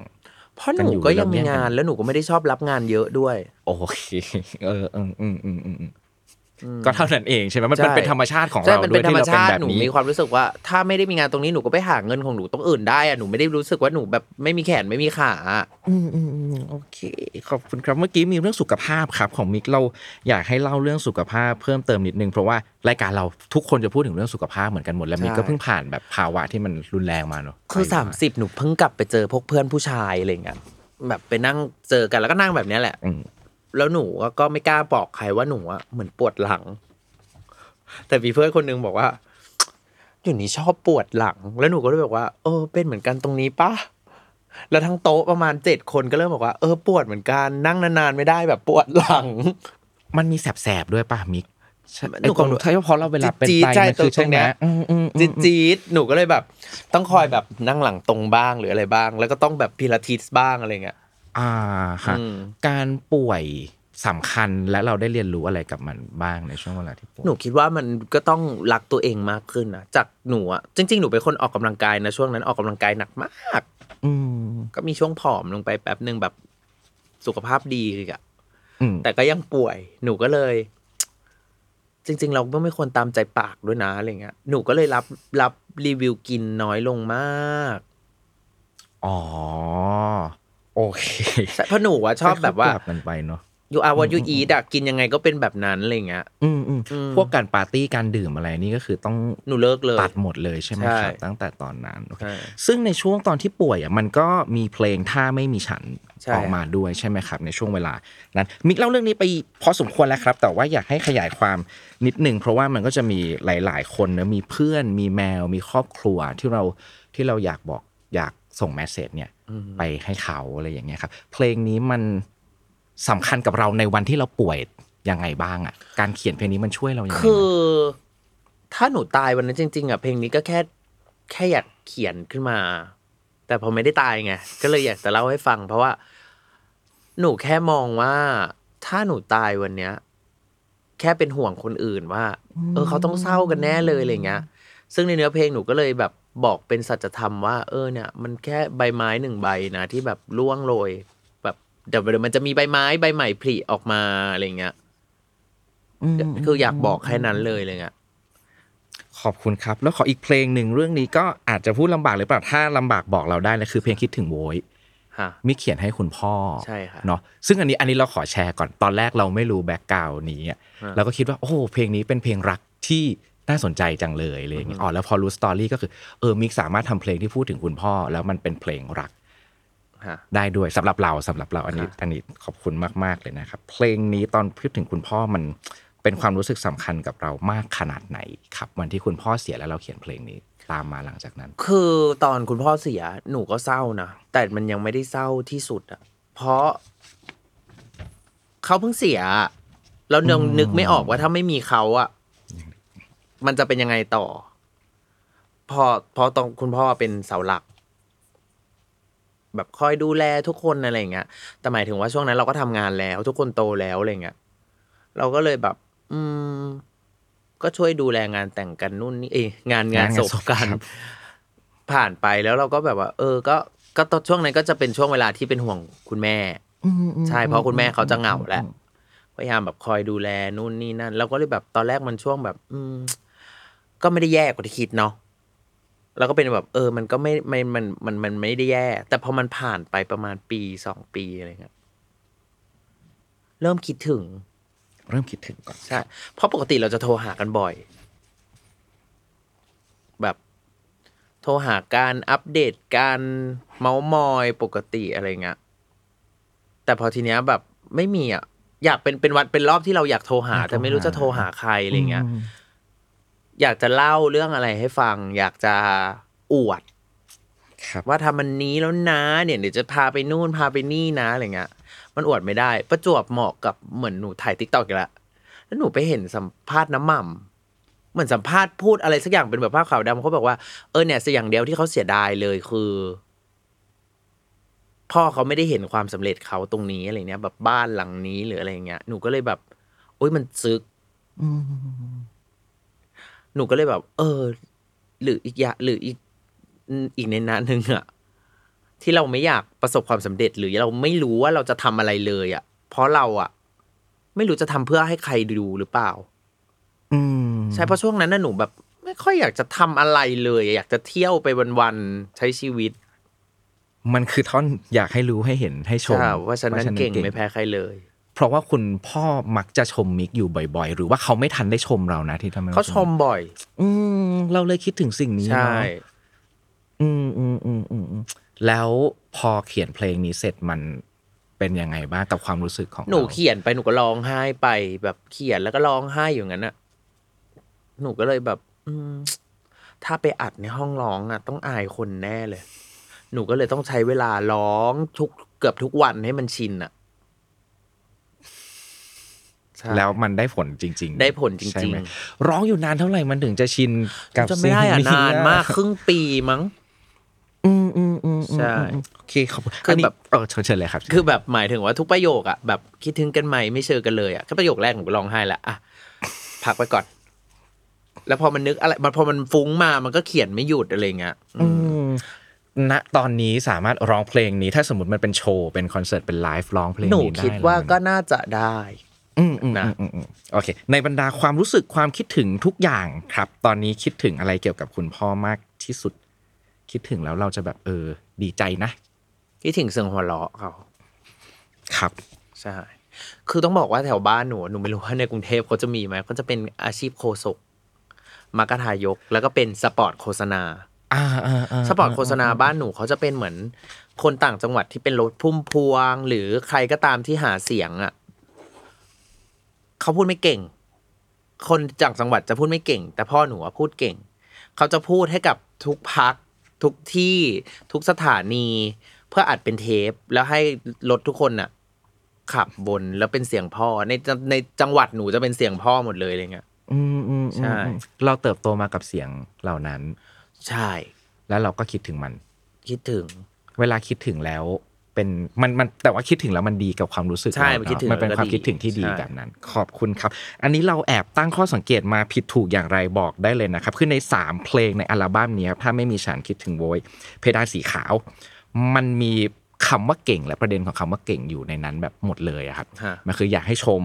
S2: เพราะห
S4: กัน
S2: นู
S4: อยู่
S2: ก็ยัง
S4: ระเบี
S2: มี
S4: ยงกัน
S2: งานแล้วหนูก็ไม่ได้ชอบรับงานเยอะด้วย
S4: โอเค เอออืมอืมอืมอืม
S2: อืม
S4: ก็เท่านั้นเองใช่ไหมมัน
S2: ใช่
S4: มันเป็นธรรมชาติของ
S2: ใช่
S4: เรา
S2: มัน
S4: ด้
S2: เป็
S4: วย
S2: นธร
S4: ที่
S2: รม
S4: เราเป็น
S2: ชาติ
S4: แบบ
S2: หนู
S4: นี้
S2: มีความรู้สึกว่า ถ้าไม่ได้มีงานตรงนี้หนูก็ไปหาเงินของหนูตรงอื่นได้อะหนูไม่ได้รู้สึกว่าหนูแบบไม่มีแขนไม่มีขาอะ
S4: อืมอืมอืมโอเคขอบคุณครับเมื่อกี้มีเรื่องสุขภาพครับของมิกเราอยากให้เล่าเรื่องสุขภาพเพิ่มเติมนิดนึงเพราะว่ารายการเราทุกคนจะพูดถึงเรื่องสุขภาพเหมือนกันหมดแล้วมิกก็เพิ่งผ่านแบบภาวะที่มันรุนแรงมาเนอะ
S2: คือสามสิบหนูเพิ่งกลับไปเจอพวกเพื่อนผู้ชายอะไรเงี้ยแบบไปนั่งเจอกันแล้วก็นั่งแบบเนี้ยแหละ
S4: อืม
S2: แล้วหนูก็ไม่กล้าบอกใครว่าหนูอะเหมือนปวดหลัง แต่มีเพื่อนคนนึงบอกว่าอยู่นี่ชอบปวดหลัง แล้วหนูก็เลยบอกว่าเออเป็นเหมือนกันตรงนี้ปะแล้วทั้งโต๊ะประมาณเจ็ดคนก็เริ่มบอกว่าเออปวดเหมือนกันนั่งนานๆไม่ได้แบบปวดหลัง
S4: มันมีแสบๆด้วยป่ะมิกใช่
S2: หนู
S4: ไอ้ตรงใช่เพราะเราเวลาเป็น
S2: จี๊ด
S4: ไต
S2: ๆใช่
S4: มันคือ
S2: ตร
S4: ใช่
S2: ง
S4: ไห
S2: เนี้
S4: ม
S2: ย
S4: อืมอืมอืม
S2: จี๊ดจี๊ดหนูก็เลยแบบ ต้องคอยแบบนั่งหลังตรงบ้างหรืออะไรบ้าง แล้วก็ต้องแบบพิลาทิสบ้างอะไรเงี้ย
S4: อ่าฮะ
S2: อืม
S4: การป่วยสำคัญและเราได้เรียนรู้อะไรกับมันบ้างในช่วงเวลาที่ป่วย
S2: หนูคิดว่ามันก็ต้องรักตัวเองมากขึ้นนะจากหนูอะจริง ๆ หนูเป็นคนออกกำลังกายนะช่วงนั้นออกกำลังกายหนักมาก
S4: อืม
S2: ก็มีช่วงผอมลงไปแป๊บหนึ่งแบบสุขภาพดีเลยอะ
S4: อืม
S2: แต่ก็ยังป่วย หนูก็เลย จริง ๆ เราก็ไม่ควรตามใจปากด้วยนะอะไรเงี้ยหนูก็เลยรับรับรีวิวกินน้อยลงมาก
S4: อ๋อ โอเค
S2: ใช่เพราะหนูอะชอบแบบว่า
S4: ก็คืกลับกันไปเนาะ
S2: you are what you
S4: อืมอืม
S2: eat อะกินยังไงก็เป็นแบบนั้นอะไรเงี้ย
S4: อืมอืม
S2: อืม
S4: พวกการปาร์ตี้การดื่มอะไรนี่ก็คือต้อง
S2: หนูเลิกเลย
S4: ตัดหมดเลยใช่ไหมครับ
S2: ใช่
S4: ตั้งแต่ตอนนั้นโอเค
S2: ใช่
S4: ซึ่งในช่วงตอนที่ป่วยอ่ะมันก็มีเพลงถ้าไม่มีฉัน
S2: ใช่
S4: ออกมาด้วยใช่ไหมครับ ในช่วงเวลานั้นมิกเล่าเรื่องนี้ไปพอสมควรแล้วครับ แต่ว่าอยากให้ขยายความนิดนึงเพราะว่ามันก็จะมีหลาย ๆ คนนะมีเพื่อนมีแมวมีครอบครัวที่เราที่เราอยากบอกอยากส่งแมสเซจเนี่ย
S2: อืม
S4: ไปให้เขาอะไรอย่างเงี้ยครับ เพลงนี้มันสำคัญกับเราในวันที่เราป่วยยังไงบ้างอ่ะการเขียนเพลงนี้มันช่วยเรายังไงบ้าง
S2: คือถ้าหนูตายวันนั้นจริง ๆอ่ะเพลงนี้ก็แค่แค่อยากเขียนขึ้นมา แต่พอไม่ได้ตายไงก็เลยอยากจะเล่าให้ฟัง เพราะว่า หนูแค่มองว่า ถ้าหนูตายวันเนี้ย แค่เป็นห่วงคนอื่นว่า เออเขาต้องเศร้ากันแน่เลยอะไรเงี้ย ซึ่งในเนื้อเพลงหนูก็เลยแบบบอกเป็นสัจธรรมว่า เออเนี่ย มันแค่ใบไม้หนึ่งใบนะที่แบบร่วงโรยแบบเดี๋ยวเดี๋ยวมันจะมีใบไม้ใบใหม่ผลิออกมาอะไรเงี้ย คืออยากบอกแค่นั้นเลยเลยอ่ะ
S4: ขอบคุณครับ แล้วขออีกเพลงหนึ่งเรื่องนี้ก็อาจจะพูดลำบากหรือเปล่าถ้าลำบากบอกเราได้เลยคือเพลงคิดถึงโวย
S2: ฮะ
S4: มิเขียนให้คุณพ่อ
S2: ใช่ค่ะ
S4: เนาะซึ่งอันนี้อันนี้เราขอแชร์ก่อนตอนแรกเราไม่รู้แบ็กกราวนี้อะ
S2: อ่า
S4: เราก็คิดว่าโอ้โหเพลงนี้เป็นเพลงรักที่น่าสนใจจังเลยอะไรอย่างเงี้ยอ๋อแล้วพอรู้สตอรี่ก็คือเออมิกสามารถทำเพลงที่พูดถึงคุณพ่อ แล้วมันเป็นเพลงรัก
S2: ฮะ
S4: ได้ด้วยสำหรับเราสำหรับเราอันนี้อันนี้ขอบคุณมาก ๆ เลยนะครับ เพลงนี้ตอนพูดถึงคุณพ่อมันเป็นความรู้สึกสำคัญกับเรามากขนาดไหนครับ วันที่คุณพ่อเสียแล้วเราเขียนเพลงนี้ตามมาหลังจากนั้น
S2: คือตอนคุณพ่อเสียหนูก็เศร้านะ แต่มันยังไม่ได้เศร้าที่สุดอะเพราะ เขาเพิ่งเสียอะแล้วยังนึกไม่ออกว่าถ้าไม่มีเขาอะมันจะเป็นยังไงต่อ พอพอตอนคุณพ่อเป็นเสาหลัก แบบคอยดูแลทุกคนอะไรอย่างเงี้ยแต่หมายถึงว่าช่วงนั้นเราก็ทำงานแล้ว ทุกคนโตแล้วอะไรอย่างเงี้ยเราก็เลยแบบ อืม ก็ช่วยดูแลงานแต่งกันนู่นนี่เอยงานงาน
S4: งาน
S2: ศพ
S4: งานศพ
S2: กัน
S4: ครับ
S2: ผ่านไปแล้วเราก็แบบว่า เออ ก็ก็ตอนช่วงนั้นก็จะเป็นช่วงเวลาที่เป็นห่วงคุณแม่ ใช่เพราะคุณแม่เขาจะเหงาแหละพยายามแบบคอยดูแลนู่นนี่นั่น แล้วก็เลยแบบตอนแรกมันช่วงแบบ อืม ก็ไม่ได้แย่กว่าที่คิดเนาะแล้วก็เป็นแบบ เออ มันก็ไม่ไม่มันมันมันไม่ได้แย่ แต่พอมันผ่านไปประมาณปีสองปีอะไรเงี้ยเริ่มคิดถึง
S4: เริ่มคิดถึงก่อน
S2: ใช่เพราะปกติเราจะโทรหากันบ่อย แบบโทรหาการอัปเดตการเมาส์มอยปกติอะไรเงี้ยแต่พอทีเนี้ยแบบไม่มีอ่ะอยากเป็นเป็นวันเป็นรอบที่เราอยากโทรหา
S4: อยากโทรหา
S2: แต่ไม่รู้จะโทรหาใครอะไรเงี้ยอยากจะเล่าเรื่องอะไรให้ฟัง อยากจะอวด
S4: ครับ
S2: ว่าทำมันนี้แล้วนะ เนี่ยเดี๋ยวจะพาไปนู่นพาไปนี่นะอะไรเงี้ยมันอวดไม่ได้ ประจวบเหมาะกับเหมือนหนูถ่ายทิกตอกอีกแล้วแล้วหนูไปเห็นสัมภาษณ์น้ำหม่ำเหมือนสัมภาษณ์พูดอะไรสักอย่างเป็นแบบภาพขาวดำเขาบอกว่าเออเนี่ยสิ่งอย่างเดียวที่เขาเสียดายเลยคือ พ่อเขาไม่ได้เห็นความสำเร็จเขาตรงนี้อะไรเนี้ยแบบบ้านหลังนี้หรืออะไรเงี้ยหนูก็เลยแบบโอ๊ยมันซึก หนูก็เลยแบบ เออ หรืออีกอย่างหรืออีกอืมอีกในนั้นหนึ่งอะที่เราไม่อยากประสบความสำเร็จ หรือเราไม่รู้ว่าเราจะทำอะไรเลยอะเพราะเราอะไม่รู้จะทำเพื่อให้ใครดูหรือเปล่า
S4: อืม
S2: ใช่เพราะช่วงนั้นน่ะหนูแบบ ไม่ค่อยอยากจะทำอะไรเลยอะอยากจะเที่ยวไปวันๆใช้ชีวิต
S4: มันคือท่อนอยากให้รู้ให้เห็นให้ชม
S2: ใช่ว่าฉันนั้นเก่งไม่แพ้ใครเลย
S4: เพราะว่าคุณพ่อมักจะชมมิกอยู่บ่อยๆ หรือว่าเขาไม่ทันได้ชมเรานะที่ทำไม
S2: เขาชมบ่อย
S4: อืมเราเลยคิดถึงสิ่งนี้
S2: ใช่
S4: เนาะ อืมอืมอืมอืมอืมแล้วพอเขียนเพลงนี้เสร็จมันเป็นยังไงบ้างกับความรู้สึกของ
S2: หนู
S4: เรา
S2: เขียนไปหนูก็ร้องไห้ไป แบบเขียนแล้วก็ร้องไห้อยู่งั้นอะหนูก็เลยแบบ อืม ถ้าไปอัดในห้องร้องอะต้องอายคนแน่เลย หนูก็เลยต้องใช้เวลาร้องทุกเกือบทุกวันให้มันชินอะใช่
S4: แล้วมันได้ผลจริง ๆ
S2: ได้ผลจริงๆ
S4: ใช่ไหมร้องอยู่นานเท่าไหร่มันถึงจะชินกับ
S2: จำไม่ได้อะ
S4: สิ่ง
S2: นาน มากครึ่งปีมั้ง
S4: อืมอืมอืมอืม
S2: ใช่
S4: โอเคขอบคุณ
S2: คืออั
S4: นนี้
S2: แบบ
S4: เออเชิญเชิญเลยครับ
S2: คือแบบหมายถึงว่าทุกประโยคอะแบบคิดถึงกันไหมไม่เจอกันเลยอะแค่ประโยคแรกหนูก็ร้องไห้ละอะพักไปก่อน แล้วพอมันนึกอะไรมันพอมันฟุ้งมามันก็เขียนไม่หยุดอะไรเงี้ยอืม
S4: มณตอนนี้สามารถร้องเพลงนี้ถ้าสมมติมันเป็นโชว์ เป็นคอนเสิร์ตเป็นไลฟ์ร้องเพลง
S2: หนู
S4: นี้ได้
S2: คิด
S4: แล้
S2: ว่า
S4: มัน
S2: ก็น่าจะได้
S4: อืมอืม
S2: นะ
S4: อืมอืมโอเค ในบรรดาความรู้สึกความคิดถึงทุกอย่างครับ ตอนนี้คิดถึงอะไรเกี่ยวกับคุณพ่อมากที่สุด คิดถึงแล้วเราจะแบบเออ ดีใจนะ
S2: คิดถึงเสียงหัวเราะเขา
S4: ครับ
S2: ใช่คือต้องบอกว่าแถวบ้านหนูหนูไม่รู้ว่าในกรุงเทพเขาจะมีไหมก็จะเป็นอาชีพโคศกมากทายก แล้วก็เป็นสปอร์ตโฆษณา
S4: อ่าอ่าา
S2: สปอร์ตโฆษณาบ้านหนูเขาจะเป็นเหมือน คนต่างจังหวัดที่เป็นรถพุ่มพวง หรือใครก็ตามที่หาเสียงอ่ะเขาพูดไม่เก่ง คนจากจังหวัดจะพูดไม่เก่ง แต่พ่อหนูอะพูดเก่ง เขาจะพูดให้กับทุกพัก ทุกที่ทุกสถานี เพื่ออัดเป็นเทป แล้วให้รถทุกคนน่ะ ขับบนแล้วเป็นเสียงพ่อในจังในจังหวัดหนูจะเป็นเสียงพ่อหมดเลยอะไรเงี้ย
S4: อืมอืม
S2: ใช่
S4: อืมเราเติบโตมากับเสียงเหล่านั้น
S2: ใช่
S4: แล้วเราก็คิดถึงมัน
S2: คิดถึง
S4: เวลาคิดถึงแล้ว เป็นมันมันแต่ว่าคิดถึงแล้วมันดีกับความรู้สึก
S2: ใช่
S4: เรา
S2: มัน
S4: เนอะ
S2: คิดถึง
S4: มันเป็น
S2: แล้วก็
S4: ความคิดถึงที่ดี
S2: ใช่
S4: แบบนั้น ขอบคุณครับ อันนี้เราแอบตั้งข้อสังเกตมาผิดถูกอย่างไรบอกได้เลยนะครับคือใน 3 เพลงในอัลบั้มนี้ครับถ้าไม่มีฉันคิดถึงโวยเพดานสีขาว มันมีคำว่าเก่งและประเด็นของคำว่าเก่งอยู่ในนั้นแบบหมดเลยอะครับ
S2: ฮะ
S4: มันคืออยากให้ชม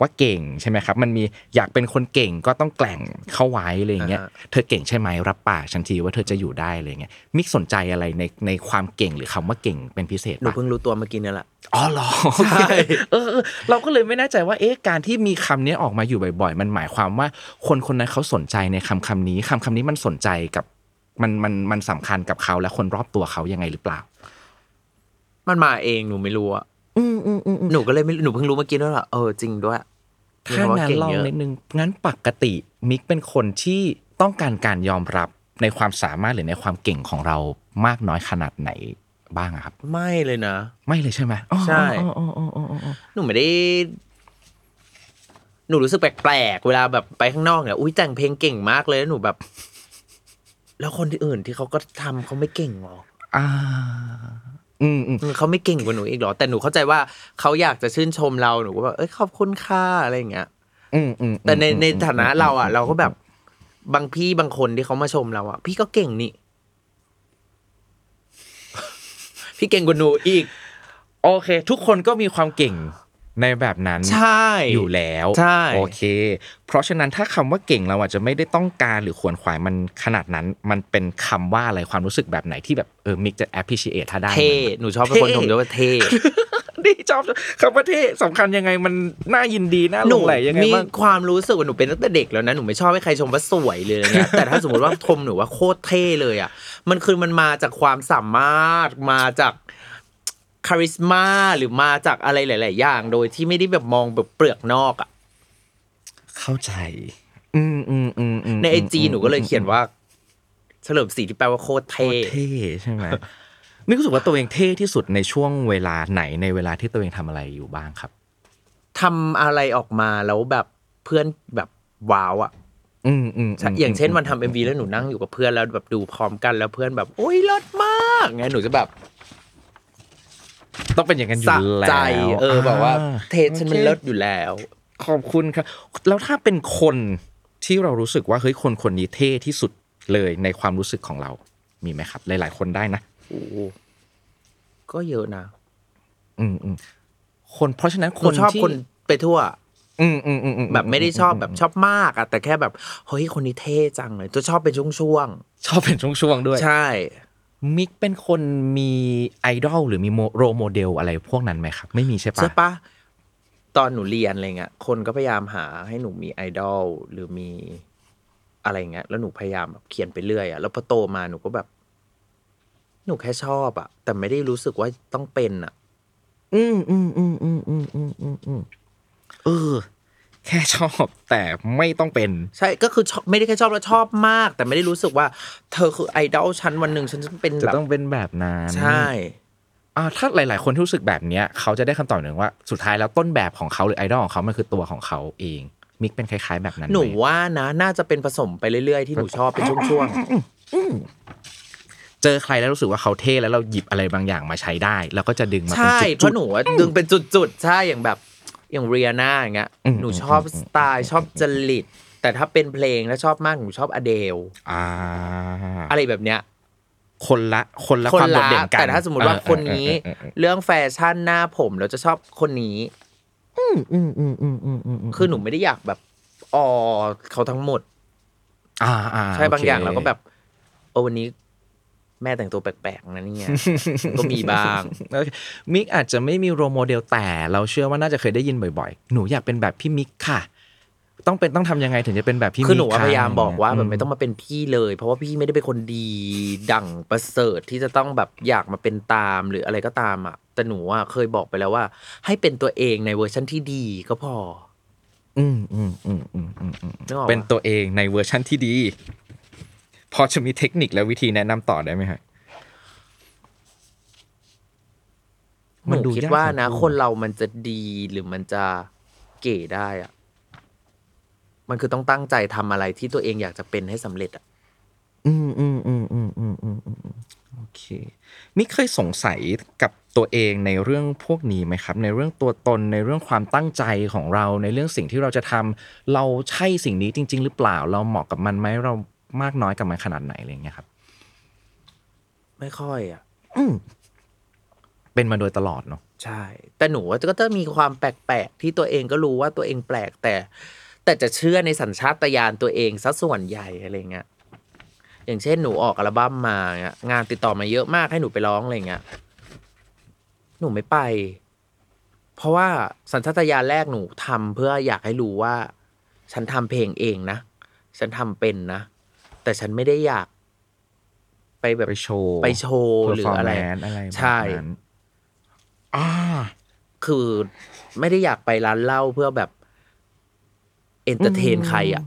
S4: ว่าเก่งใช่ไหมครับ มันมีอยากเป็นคนเก่งก็ต้องแกล่งเข้าไว้อะไรอย่างเงี้ย
S2: อ่าฮะ
S4: เธอเก่งใช่ไหมรับปากฉันทีว่าเธอจะอยู่ได้อะไรอย่างเงี้ยมิกสนใจอะไรในในความเก่งหรือคำว่าเก่งเป็นพิเศษ
S2: หนู
S4: ปะ
S2: เพิ่งรู้ตัวเมื่อกี้เนี่ยแหละ
S4: อ๋อเหรอ
S2: ใช่
S4: เออเออเราก็เลยไม่แน่ใจว่าเอ๊ะการที่มีคำนี้ออกมาอยู่บ่อย ๆ มันหมายความว่าคนคนนั้นเขาสนใจในคำคำนี้คำคำนี้มันสนใจกับมันมันมันสำคัญกับเขาและคนรอบตัวเขายังไงหรือเปล่า
S2: มันมาเองหนูไม่รู้อะ
S4: อืมอืมอืมอืม
S2: หนูก็เลยไม่หนูเพิ่งรู้เมื่อกี้ด้วยว่าเออจริงด้วย
S4: ถ้า
S2: มีคำว่
S4: งั้น
S2: ก่
S4: ลอง
S2: ยะ
S4: นิดนึงงั้นปกติมิกเป็นคนที่ต้องการการยอมรับในความสามารถหรือในความเก่งของเรามากน้อยขนาดไหนบ้างอะครับ
S2: ไม่เลยนะ
S4: ไม่เลยใช่ไหมอ๋อ
S2: ใช่
S4: อ๋ออ๋ออ๋ออ๋ออ๋อ
S2: หนูไม่ได้ หนูรู้สึกแปลกๆ เวลาแบบไปข้างนอกเนี่ย อุ้ยแต่งเพลงเก่งมากเลยแล้วหนูแบบ แล้วคนที่อื่นที่เขาก็ทำเขาไม่เก่งหรอ
S4: อ่า อืมอืม
S2: เออเขาไม่เก่งกว่าหนูอีกหรอ แต่หนูเข้าใจว่าเขาอยากจะชื่นชมเราหนูก็แบบเอ้ยขอบคุณค่ะอะไรอย่างเงี้ย
S4: อืมอืม
S2: แต่ใน
S4: อืม
S2: ใน
S4: อืม
S2: ฐานะเราอ่ะ เราก็แบบบางพี่บางคนที่เขามาชมเราอ่ะ พี่ก็เก่ง นี่ พี่เก่งกว่าหนูอีก
S4: โอเค ทุกคนก็มีความเก่งในแบบนั้น
S2: ใช่
S4: อยู่แล้ว
S2: ใช่
S4: โอเค เพราะฉะนั้นถ้าคำว่าเก่งเราอาจจะไม่ได้ต้องการหรือขวนขวายมันขนาดนั้น มันเป็นคำว่าอะไรความรู้สึกแบบไหนที่แบบเออมิกจะ appreciate ถ้าได้มัน
S2: เท่หนูชอบเป็นคนชมด้วยว่าเท่
S4: ดีชอบคำว่าเท่สำคัญยังไงมันน่ายินดีน่าหลงไหลยังไง
S2: มี
S4: บ้าง
S2: ความรู้สึกว่าหนูเป็นตั้งแต่เด็กแล้วนะหนูไม่ชอบให้ใครชมว่าสวยเลยอะไรเงี้ย แต่ถ้าสมมติว่าชมหนูว่าโคตรเท่เลยอ่ะ มันคือมันมาจากความสามารถมาจากคาริสมาหรือมาจากอะไรหลาย ๆ อย่าง โดยที่ไม่ได้แบบมองแบบเปลือกนอกอ่ะ
S4: เข้าใจ อืมอืมอืมอืม
S2: ในไอจี
S4: มม
S2: หนูก็เลยเขียนว่า เฉลิมศรีที่แปลว่าโคตร
S4: โค
S2: เท่
S4: ตรเท่ใช่ไหมมิกรู้สึกว่าตัวเองเท่ที่สุดในช่วงเวลาไหนในเวลาที่ตัวเองทำอะไรอยู่บ้างครับ
S2: ทำอะไรออกมาแล้วแบบเพื่อนแบบว้าวอ่ะ
S4: อืมอืม
S2: ใช่อย่างเช่นวันทำเอ็มวีแล้วหนูนั่งอยู่กับเพื่อนแล้วแบบดูพร้อมกันแล้วเพื่อนแบบโอ้ยเลิศมากไงหนูจะแบบ
S4: ต้องเป็นอย่างนั้นอยู่
S2: สะ
S4: แล้ว
S2: ใจเออแบบว่าเทสฉันมัน
S4: โอค
S2: เลิศอยู่แล้ว
S4: ขอบคุณครับ แล้วถ้าเป็นคนที่เรารู้สึกว่าเฮ้ยคนคนนี้เท่ที่สุดเลยในความรู้สึกของเรา มีไหมครับ หลาย ๆ คนได้นะ
S2: โอ้ก็เยอะนะ
S4: อืมอืมคนเพราะฉะนั้น
S2: ห
S4: ค
S2: นู
S4: น
S2: ชอบ
S4: ที่
S2: คนไปทั่ว
S4: อืมอืมอืมอื
S2: แบบไม่ได้ชอบแบบชอบมากอะแต่แค่แบบเฮ้ยคนนี้เท่จังเลยจะชอบเป็นช่วง
S4: ชอบเป็นช่วงๆด้วย
S2: ๆใช่
S4: มิกเป็นคนมีไอดอลหรือมีโรโมเดลอะไรพวกนั้นไหมครับ ไม่มีใช่ปะ
S2: ใช่ปะตอนหนูเรียนอะไรเงี้ยคนก็พยายามหาให้หนูมีไอดอลหรือมีอะไรเงี้ยแล้วหนูพยายามแบบเขียนไปเรื่อยอะแล้วพอโตมาหนูก็แบบ หนูแค่ชอบอะแต่ไม่ได้รู้สึกว่าต้องเป็นอะ
S4: อืมอืมอืมอืมอืมอืมอืมอืมเออ แค่ชอบแต่ไม่ต้องเป็น
S2: ใช่ก็คือชอบไม่ได้แค่ชอบแล้วชอบมาก แต่ไม่ได้รู้สึกว่า เธอคือไอดอลฉันวันหนึ่งฉันจะเป็น
S4: จะ
S2: แบบ
S4: ต้องเป็นแบบนั้น
S2: ใช่
S4: อ่าถ้าหลาย ๆ คนที่รู้สึกแบบเนี้ยเขาจะได้คำตอบหนึ่งว่าสุดท้ายแล้วต้นแบบของเขาหรือไอดอลของเขามันคือตัวของเขาเอง มิกเป็นคล้าย ๆ แบบนั้น
S2: หนู
S4: ไม
S2: ว่านะ น่าจะเป็นผสมไปเรื่อยๆ ที่หนูชอบเป็นช่วง
S4: เจอใครแล้วรู้สึกว่าเขาเท่แล้วเราหยิบอะไรบางอย่างมาใช้ได้ แล้วก็จะดึง
S2: ๆ
S4: มาเป็น
S2: ใช่เพ
S4: จุดจุด
S2: ราะหนูว่าดึงเป็นจุดๆ ใช่อย่างแบบอย่างเรียนาอย่างเงี้ย
S4: อืม
S2: หนูชอบสไตล์ชอบจริต แต่ถ้าเป็นเพลงแล้วชอบมากหนูชอบอเดล
S4: อ่า
S2: อะไรแบบเนี้ย
S4: คนละคนละ
S2: คน
S4: ความโดด
S2: ละ
S4: เด่นกัน
S2: แต่ถ้าสมมติว่า
S4: เออ
S2: คนนี้
S4: เออเออ
S2: เรื่องแฟชั่นหน้าผมเราจะชอบคนนี้
S4: อืมอืมอืมอืมอืมม
S2: คือหนูไม่ได้อยากแบบออเขาทั้งหมด
S4: อ่าอ่า
S2: ใช่บางอย่าง
S4: โค
S2: เราก็แบบโอ้วันนี้ แม่แต่งตัวแปลกๆนะเนี่ย ก็มีบ้าง
S4: โอเคมิกอาจจะไม่มีโรโมเดลแต่เราเชื่อว่าน่าจะเคยได้ยินบ่อย ๆ หนูอยากเป็นแบบพี่มิกค่ะ ต้องเป็นต้องทำยังไงถึงจะเป็นแบบพี่มิก
S2: คือหนูว่า
S4: ะ
S2: พยายามบอกว่าแบบ
S4: ม
S2: ไม่ต้องมาเป็นพี่เลย เพราะว่าพี่ไม่ได้เป็นคนดีดั่งประเสริฐที่จะต้องแบบอยากมาเป็นตามหรืออะไรก็ตามอ่ะแต่หนูอ่ะเคยบอกไปแล้วว่า ให้เป็นตัวเองในเวอร์ชันที่ดีก็พอ
S4: อืมอืมอืมอืมอืมอืม
S2: นึกออกปะ
S4: เป็นตัวเองในเวอร์ชั่นที่ดี พอจะมีเทคนิคและวิธีแนะนำต่อได้ไหมฮะ
S2: ห
S4: มัน
S2: นู
S4: ดู
S2: คิด
S4: ยาก
S2: ว่านะ
S4: ทั้งคู่
S2: คนเรามันจะดีหรือมันจะเก๋ได้อ่ะมันคือต้องตั้งใจทำอะไรที่ตัวเองอยากจะเป็นให้สำเร็จอ่ะ
S4: อืมอืมอืมอืมอืมอืมอืมอืมโอเคมิกเคยสงสัยกับตัวเองในเรื่องพวกนี้ไหมครับ ในเรื่องตัวตนในเรื่องความตั้งใจของเรา ในเรื่องสิ่งที่เราจะทำเราใช่สิ่งนี้จริง ๆ หรือเปล่า เราเหมาะกับมันไหมเรามากน้อยกับมันขนาดไหนอะไรอย่างเงี้ยครับ
S2: ไม่ค่อยอ่ะ
S4: เป็นมาโดยตลอดเนาะ
S2: ใช่ แต่หนูว่าก็จะมีความแปลกๆ ที่ตัวเองก็รู้ว่าตัวเองแปลกแต่ แต่จะเชื่อในสัญชาตญาณตัวเองซะส่วนใหญ่อะไรเงี้ยอย่างเช่นหนูออกอัลบั้มมาเงี้ยงานติดต่อมาเยอะมากให้หนูไปร้องอะไรเงี้ยหนูไม่ไป เพราะว่าสัญชาตญาณแรกหนูทำเพื่ออยากให้รู้ว่า ฉันทำเพลงเองนะ ฉันทำเป็นนะ แต่ฉันไม่ได้อยาก ไปแบบ
S4: ไปโชว์
S2: ไปโชว์หรืออะไร
S4: เพฟร์แมนซ์อะไรแบบ
S2: ใช่
S4: นั้น อ่า
S2: คือไม่ได้อยากไปร้านเหล้าเพื่อแบบเอนเตอร์เทนใครอ่ะ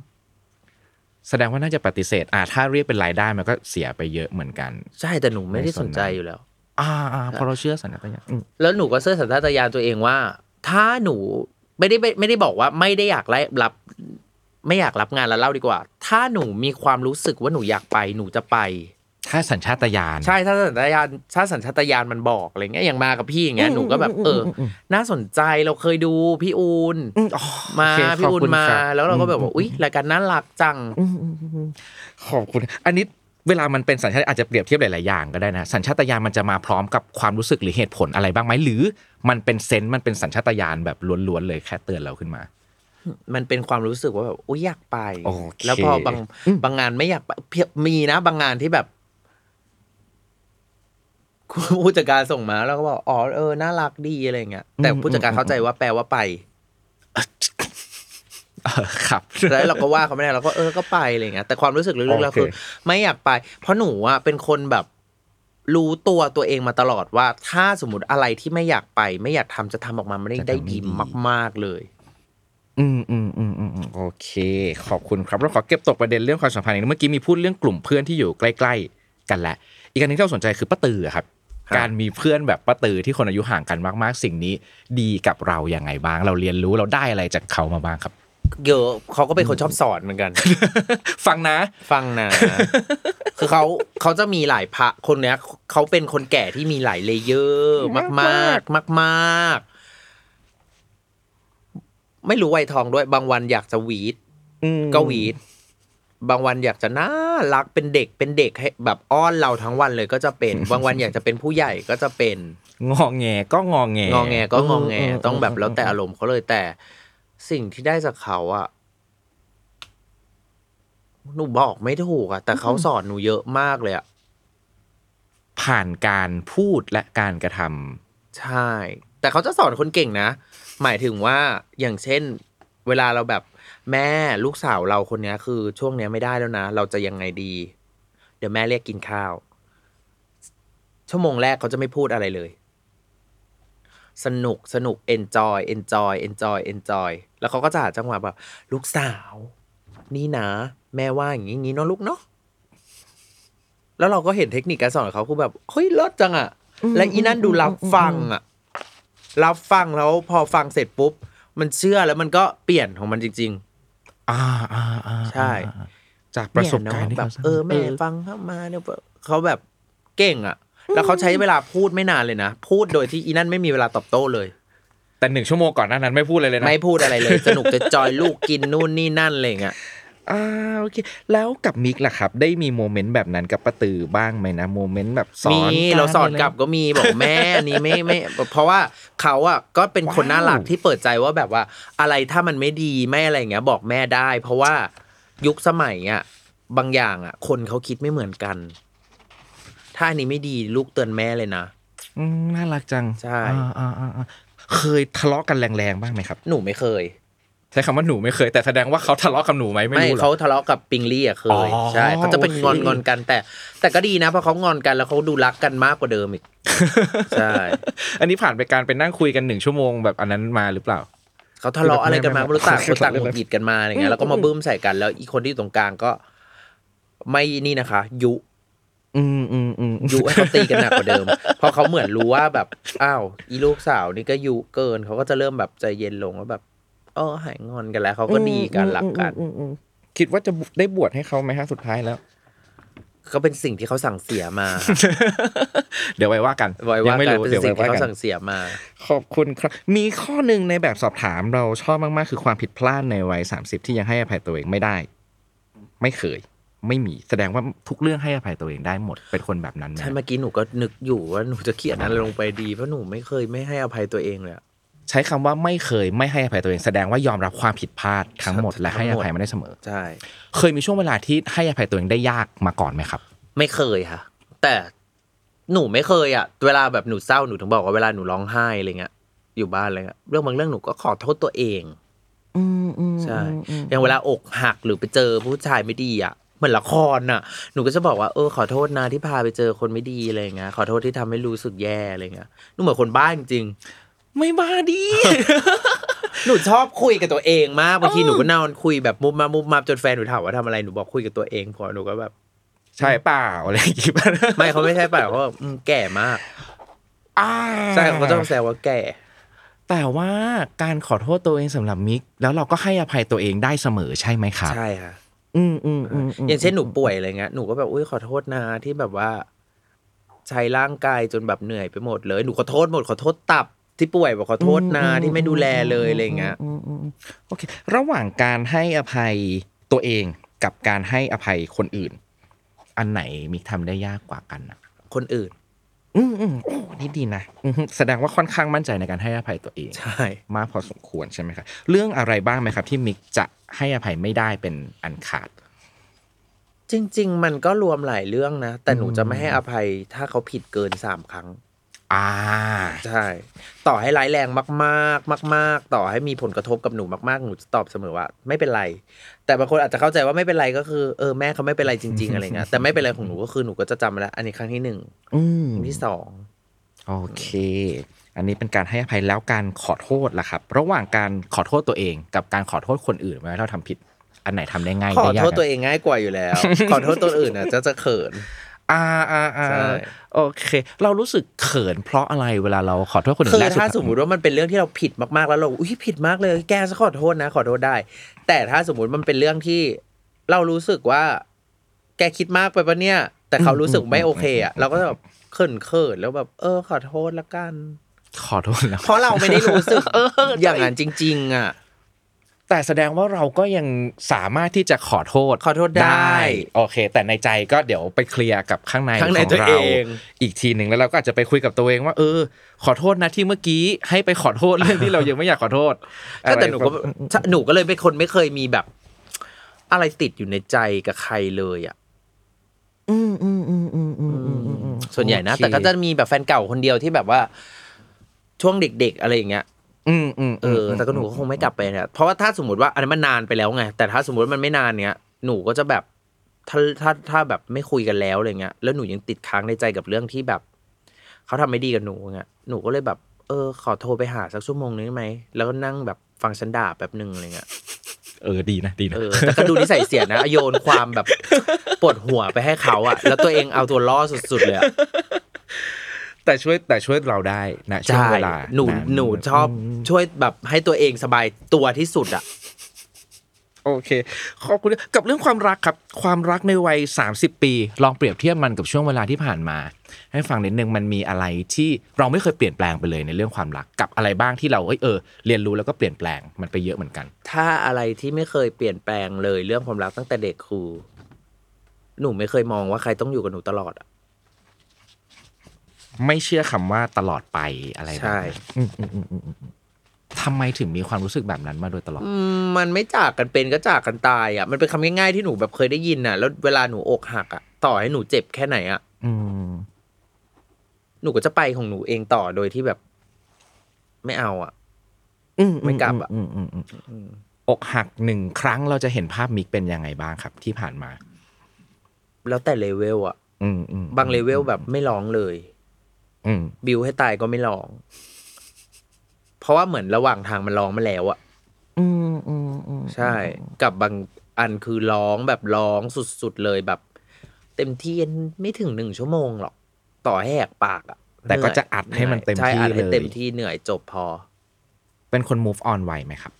S4: แสดงว่าน่าจะปฏิเสธ อ่า ถ้าเรียกเป็นรายได้มันก็เสียไปเยอะเหมือนกัน
S2: ใช่แต่หนูไม่ได้
S4: ไม่สน
S2: สนใจอยู่แล้ว
S4: อ่าอ่าพอเราเชื่อสัญญาณอืม
S2: แล้วหนูก็เชื่อสัญชาตญาณตัวเองว่า ถ้าหนูไม่ได้ไม่ไม่ได้บอกว่าไม่ได้อยากไล่รับ ไม่อยากรับงานแล้วเล่าดีกว่า ถ้าหนูมีความรู้สึกว่าหนูอยากไปหนูจะไป
S4: ถ้าสัญชาตญาณ
S2: ใช่ถ้าสัญชาตญาณถ้าสัญชาตญาณมันบอกอะไรเงี้ยอย่างมากับพี่อย่างเงี้ยหนูก็แบบเอออน่าสนใจเราเคยดูพี่อูนมา
S4: โอเค
S2: พี่อู
S4: ขอบคุ
S2: น
S4: ณ
S2: มา
S4: ครับ
S2: แล้วเราก็แบบว่าอุ๊ยรายการน่ารักจัง
S4: ขอบคุณ อันนี้เวลามันเป็นสัญชาตอาจจะเปรียบเทียบหลาย ๆ อย่างก็ได้นะ สัญชาตญาณมันจะมาพร้อมกับความรู้สึกหรือเหตุผลอะไรบ้างไหมหรือมันเป็นเซนส์มันเป็นสัญชาตญาณแบบล้วน ๆ เลยแค่เตือนเราขึ้นมา
S2: มันเป็นความรู้สึกว่าแบบอุ๊ยอยากไป
S4: โอเค
S2: แล้วพอบางบางงานไม่อยากไปเพียมีนะบางงานที่แบบ ผู้จัดการส่งมาแล้วก็บอกอ๋อเออน่ารักดีอะไรเงี้ยแต่
S4: อืม
S2: ผู้จัดการ
S4: อืม
S2: เข้าใจว่าแปลว่าไป
S4: เออครับ
S2: แล้วเราก็ว่าเขาไม่ได้เราก็เออก็ไปอะไรเงี้ยแต่ความรู้สึกลึกๆเรา
S4: โอเค
S2: คือไม่อยากไป เพราะหนูอ่ะเป็นคนแบบ รู้ตัวตัวเองมาตลอดว่า ถ้าสมมติอะไรที่ไม่อยากไป ไม่อยากทำจะทำออกมาไม่ได้ได้ดีมาก ๆเลย
S4: อืมอืมอืมอืมอืมโอเค ขอบคุณครับเราขอเก็บตกประเด็นเรื่องความสัมพันธ์อีกนิดเมื่อกี้มีพูดเรื่องกลุ่มเพื่อนที่อยู่ใกล้ ๆ กันแหละ อีกอันหนึงที่เราสนใจคือป้าตือครับ
S2: ครับ
S4: การมีเพื่อนแบบป้าตือที่คนอายุห่างกันมาก ๆ สิ่งนี้ ดีกับเราอย่างไงบ้าง เราเรียนรู้เราได้อะไรจากเขามาบ้างครับ
S2: เยอะเขาก็เป็นคนชอบสอนเหมือนกัน
S4: ฟังนะ
S2: ฟังนะ คือเขาเขาจะมีหลายพระคนเนี้ยเขาเป็นคนแก่ที่มีหลายเลเยอร์มากมากมากๆมากๆ ไม่รู้ไวยทองด้วย บางวันอยากจะหวีดก็หวีด บางวันอยากจะน่ารักเป็นเด็กเป็นเด็กให้แบบอ้อนเราทั้งวันเลยก็จะ เป็น บางวันอยากจะเป็นผู้ใหญ่ก็จะเป็น
S4: งอแงก็งอแง
S2: งอแงก็งอแง
S4: ม
S2: ต้องแบบแล้วแต่อารมณ์เขาเลยแต่สิ่งที่ได้จากเขาอะหนูบอกไม่ถูกอะแต่เขาสอนหนูเยอะมากเลยอะ
S4: ผ่านการพูดและการกระทำ
S2: ใช่ แต่เขาจะสอนคนเก่งนะ หมายถึงว่าอย่างเช่น เวลาเราแบบแม่ลูกสาวเราคนเนี้ย คือช่วงเนี้ยไม่ได้แล้วนะ เราจะยังไงดี เดี๋ยวแม่เรียกกินข้าว ชั่วโมงแรกเขาจะไม่พูดอะไรเลย สนุกสนุก enjoy enjoy enjoy enjoy แล้วเขาก็จะหาจังหวะแบบ ลูกสาว นี่นะ แม่ว่าอย่างนี้งี้เนาะลูกเนาะแล้วเราก็เห็นเทคนิคการสอนของเขาคือแบบ เฮ้ยเลิศจังอะและอีนั่นดูรับฟังอะรับฟังแล้วพอฟังเสร็จปุ๊บ มันเชื่อแล้วมันก็เปลี่ยนของมันจริง
S4: อ่าอ่าอ่า
S2: ๆ ใช่
S4: จากประสบการณ์
S2: เนี่
S4: ที่
S2: ยเนอะแบบ
S4: ขาสร้าง
S2: เออแม่ฟังเข้ามาเนี่ยเขาแบบเก่งอ่ะ แล้วเขาใช้เวลาพูดไม่นานเลยนะ พูดโดยที่อีนั่นไม่มีเวลาตอบโต้เลย
S4: แต่หนึ่งชั่วโมงก่อนหน้านั้นไม่พูดเลยเลยนะ
S2: ไม่พูดอะไรเลย สนุกจะจอยลูกกินนู่นนี่นั่นอะไรอย่างเงี้ย
S4: อ่าโอเค แล้วกับมิกล่ะครับ ได้มีโมเมนต์แบบนั้นกับป้าตือบ้างไหมนะโมเมนต์แบบส
S2: มี
S4: อน
S2: เราสอนกลับก็มีบอกแม่อันนี้ไม่ไม่ เพราะว่าเขาอ่ะก็เป็นคนน่ารักที่เปิดใจว่าแบบว่า อะไรถ้ามันไม่ดีไม่อะไรอย่างเงี้ย บอกแม่ได้ เพราะว่ายุคสมัยอ่ะบางอย่างอ่ะ คนเขาคิดไม่เหมือนกัน ถ้าอันนี้ไม่ดีลูกเตือนแม่เลยนะ
S4: อืมน่ารักจัง
S2: ใช่
S4: อ่าอ่าอ่าอ่าเคยทะเลาะกันแรงๆบ้างไหมครับ
S2: หนูไม่เคย
S4: ใช้คำว่าหนูไม่เคยแต่แสดงว่าเขาทะเลาะกับหนูไหมไม่
S2: ไม่
S4: รู้หร
S2: เขา
S4: อก
S2: ทะเลาะกับปิงลี่อ่ะเค
S4: อ๋
S2: ย
S4: อ
S2: ใช่เขาจะเป็นงอน
S4: โอเค
S2: งอนกันแต่ แต่ก็ดีนะเพราะเขางอนกันแล้วเขาดูรักกันมากกว่าเดิม อีก ใช่
S4: อันนี้ผ่านไปการไปนั่งคุยกันหนึ่งชั่วโมงแบบอันนั้นมาหรือเปล่า
S2: เขาทะเลาะอะไรกันมา
S4: ไม่
S2: ไม่รู้ต่าง
S4: ไม่
S2: คนต่าง
S4: ไม่
S2: หงุดหงิดกันมาอะไรเงี้ยแล้วก็มาบึ้มใส่กันแล้วอีกคนที่อยู่ตรงกลางก็ ไม่นี่นะคะ ยุ
S4: ืมอืมอืม
S2: ยุให้เขาตีกันหนักกว่าเดิม เพราะเขาเหมือนรู้ว่าแบบอ้าวอีลูกสาวนี่ก็ยุเกินเขาก็จะเริ่มแบบใจเย็นลงว่าแบบเออหายงอนกันแล้วเขาก็ดีกันรักกัน
S4: อืมอืมอืมคิดว่าจะได้บวชให้เขาไหมฮะสุดท้าย แล้ว
S2: ก็เป็นสิ่งที่เขาสั่งเสียมา
S4: เดี๋ยวไว้ว่ากัน
S2: ไว้
S4: ยั
S2: ว่าง
S4: ไม่
S2: กัน
S4: รู้
S2: เป็น
S4: เดี๋ยว
S2: สิ่ง
S4: ไว้
S2: ที่เขา
S4: ว่ากัน
S2: สั่งเสียมา
S4: ขอบคุณครับ มีข้อหนึ่งในแบบสอบถามเราชอบมาก ๆ คือความผิดพลาดในวัย 30 ที่ยังให้อภัยตัวเองไม่ได้ ไม่เคย ไม่มีแสดงว่าทุกเรื่องให้อภัยตัวเองได้หมดเป็นคนแบบนั้นไหม
S2: ใช่เมื่อกี้หนูก็นึกอยู่ว่าหนูจะเขียนอะไรลงไปดีเพราะหนูไม่เคยไม่ให้อภัยตัวเองเลยอะ
S4: ใช้คำว่าไม่เคยไม่ให้อภัยตัวเอง แสดงว่ายอมรับความผิดพลาดทั้งหมดและให้อภัยมันได้เสมอ
S2: ใช่
S4: เคยมีช่วงเวลาที่ให้อภัยตัวเองได้ยากมาก่อนไหมครับ
S2: ไม่เคยค่ะ แต่หนูไม่เคยอ่ะ เวลาแบบหนูเศร้าหนูถึงบอกว่าเวลาหนูร้องไห้อะไรเงี้ยอยู่บ้านอะไรเงี้ยเรื่องบางเรื่องหนูก็ขอโทษตัวเอง
S4: อืมอืม
S2: ใช่ อย่างเวลาอกหักหรือไปเจอผู้ชายไม่ดีอ่ะ เหมือนละครน่ะ หนูก็จะบอกว่า เออขอโทษนะที่พาไปเจอคนไม่ดีอะไรอย่างเงี้ย ขอโทษที่ทำให้รู้สึกแย่อะไรอย่างเงี้ย หนูเหมือนคนบ้าจริงๆไม่บ้า ดิ หนูชอบคุยกับตัวเองมาก บางทีหนูก็นอนคุยแบบมุบมามุบมาจนแฟนหนูถามว่าทำอะไร หนูบอกคุยกับตัวเองพอ หนูก็แบบ
S4: ใช่เปล่าอะไรอย่างงี้ป่ะ
S2: ไม่เขาไม่ใช่เปล่าเขาบอกอืมแก่มาก
S4: อ่า
S2: ใช่เขาก็ต้องแซวว่าแก่
S4: แต่ว่าการขอโทษตัวเองสำหรับมิก แล้วเราก็ให้อภัยตัวเองได้เสมอใช่ไหมครับ
S2: ใช่ค่ะ
S4: อืมอืมอืม
S2: อย่างเช่นหนูป่วยอะไรเงี้ยหนูก็แบบอุ้ยขอโทษนะที่แบบว่า ใช้ร่างกายจนแบบเหนื่อยไปหมดเลยหนูขอโทษหมดขอโทษตับที่ป่วยบอกขอโทษนะที่ไม่ดูแลเลยอะไรเงี้ย
S4: อืมอืมอืมโอเค ระหว่างการให้อภัยตัวเองกับการให้อภัยคนอื่น อันไหนมิกทำได้ยากกว่ากันนะ
S2: คนอื่น
S4: อืมอืมโอ้นี่ดีนะอืมแสดงว่าค่อนข้างมั่นใจในการให้อภัยตัวเอง
S2: ใช่
S4: มากพอสมควรใช่ไหมครับเรื่องอะไรบ้างไหมครับ ที่มิกจะให้อภัยไม่ได้เป็นอันขาด
S2: จริง ๆ มันก็รวมหลายเรื่องนะ แต่หนู
S4: อืม
S2: จะไม่ให้อภัยถ้าเขาผิดเกินสามครั้ง
S4: อ่า
S2: ใช่ ต่อให้ร้ายแรงมากๆ มาก ๆ ต่อให้มีผลกระทบกับหนูมากๆ หนูจะตอบเสมอว่า ไม่เป็นไร แต่บางคนอาจจะเข้าใจว่าไม่เป็นไรก็คือเออแม่เขาไม่เป็นไรจริง ๆ อะไรเงี้ยแต่ไม่เป็นไรของหนูก็คือหนูก็จะจำไว้แล้วอันนี้ครั้งที่หนึ่ง
S4: อืม
S2: ครั้งที่สอง
S4: โอเค อันนี้เป็นการให้อภัยแล้วการขอโทษล่ะครับ ระหว่างการขอโทษตัวเองกับการขอโทษคนอื่นเวลาเราทำผิด อันไหนทำได้ง่าย
S2: ขอ
S4: ได้ยาก
S2: โทษตัวเองง่ายกว่าอยู่แล้ว ขอโทษตัวอื่นอ่ะจะจะเขิน
S4: อ่าอ่าอ่า
S2: ใช่
S4: โอเค เรารู้สึกเขินเพราะอะไรเวลาเราขอโทษคนอื่น
S2: คือ
S4: และด
S2: ถ้าสมมติว่ามันเป็นเรื่องที่เราผิดมากๆแล้วเราอุ้ยผิดมากเลย แกจะขอโทษนะ ขอโทษได้ แต่ถ้าสมมติมันเป็นเรื่องที่เรารู้สึกว่า แกคิดมากไปปะเนี่ย แต่เขารู้สึกไม่โอเคอ่ะเราก็จะแบบเขินเขินๆแล้วแบบ เออ ขอโทษละกัน
S4: ขอโทษแล้ว
S2: เพราะเราไม่ได้รู้สึกอย่างนั้นจริง ๆ อ่ะ
S4: แต่แสดงว่าเราก็ยังสามารถที่จะขอโทษ
S2: ขอโทษได้
S4: โอเค แต่ในใจก็เดี๋ยวไปเคลียร์กับข้างใน
S2: ข้างใน
S4: ของ
S2: ตัว
S4: เรา
S2: เอง
S4: อีกทีหนึ่งแล้วเราก็อาจจะไปคุยกับตัวเองว่า เออ ขอโทษนะที่เมื่อกี้ให้ไปขอโทษเรื่องที่เรายังไม่อยากขอโทษ
S2: ก็แต่หนูก็
S4: อะไรประมาณ
S2: หนูก็เลยเป็นคนไม่เคยมีแบบ อะไรติดอยู่ในใจกับใครเลยอ่ะ
S4: อืมอืมอืมอืมอืมอืมอืมอืม
S2: ส่วนใหญ่นะ
S4: โอเค
S2: แต่ก็จะมีแบบแฟนเก่าคนเดียวที่แบบว่า ช่วงเด็กๆ อะไรอย่างเงี้ย
S4: อืมอืม
S2: เอออแต่ก็หนูก็คงไม่กลับไปเนี่ยเพราะว่าถ้าสมมติว่าอันนั้นมันนานไปแล้วไงแต่ถ้าสมมติว่ามันไม่นานเนี้ยหนูก็จะแบบถ้าถ้าถ้าแบบไม่คุยกันแล้วอะไรเงี้ยแล้วหนูยังติดค้างในใจกับเรื่องที่แบบเขาทำไม่ดีกับหนูเงี้ยหนูก็เลยแบบ เออ ขอโทรไปหาสักชั่วโมงนึงได้ไหมแล้วก็นั่งแบบฟังฉันด่าแบบหนึ่งอะไรเงี้ย
S4: เออดีนะดีนะ
S2: เออแต่ก็ดูนิสัยเสียนะโยนความแบบปวดหัวไปให้เขาอะแล้วตัวเองเอาตัวล่อสุดๆเลยอะ
S4: แต่ช่วยแต่ช่วยเราได้นะช่วง
S2: ใช่
S4: เวลา
S2: หนู หนูชอบช่วยแบบให้ตัวเองสบายตัวที่สุดอ่ะ
S4: โอเคขอบคุณกับเรื่องความรักครับ ความรักในวัย 30 ปี ลองเปรียบเทียบมันกับช่วงเวลาที่ผ่านมา ให้ฟังนิดนึงมันมีอะไรที่เราไม่เคยเปลี่ยนแปลงไปเลยในเรื่องความรักกับอะไรบ้างที่เราเอ้ยเออเรียนรู้แล้วก็เปลี่ยนแปลงมันไปเยอะเหมือนกัน
S2: ถ้าอะไรที่ไม่เคยเปลี่ยนแปลงเลยเรื่องความรักตั้งแต่เด็กครู หนูไม่เคยมองว่าใครต้องอยู่กับหนูตลอดอ่ะ
S4: ไม่เชื่อคำว่าตลอดไปอะไรแบบนั้น
S2: ใช่
S4: อืมอืมอืมอืมอืมทำไมถึงมีความรู้สึกแบบนั้นมาโดยตลอด
S2: อืมมันไม่จากกันเป็นก็จากกันตายอ่ะ มันเป็นคำง่ายๆที่หนูแบบเคยได้ยินน่ะ แล้วเวลาหนูอกหักอ่ะ ต่อให้หนูเจ็บแค่ไหนอ่ะ
S4: อืม
S2: หนูก็จะไปของหนูเองต่อโดยที่แบบ ไม่เอาอ่ะ
S4: อืม
S2: ไม่กลับอะ
S4: มมอืมอืมอกหักหนึ่งครั้งเราจะเห็นภาพมิกเป็นยังไงบ้างครับ ที่ผ่านมา
S2: แล้วแต่เลเวลอ่ะ
S4: อืมอืม
S2: บางเลเวลแบบไม่ร้องเลย
S4: อืม
S2: บิวให้ตายก็ไม่ร้อง เพราะว่าเหมือนระหว่างทางมันร้องมาแล้วอะ
S4: อืมอืมอืม
S2: ใช่ กับบางอันคือร้องแบบร้องสุดๆเลยแบบ เต็มที่ไม่ถึงหนึ่งชั่วโมงหรอก ต่อให้แหกปากอะ
S4: แต่ก็
S2: เหนื่ย
S4: จะอัดให้มันเต็ม
S2: ใช่
S4: ที่
S2: อัด
S4: เล
S2: ให้เต็ม
S4: ย
S2: ที่เหนื่อยจบพอ
S4: เป็นคน move on ไวไหมครับ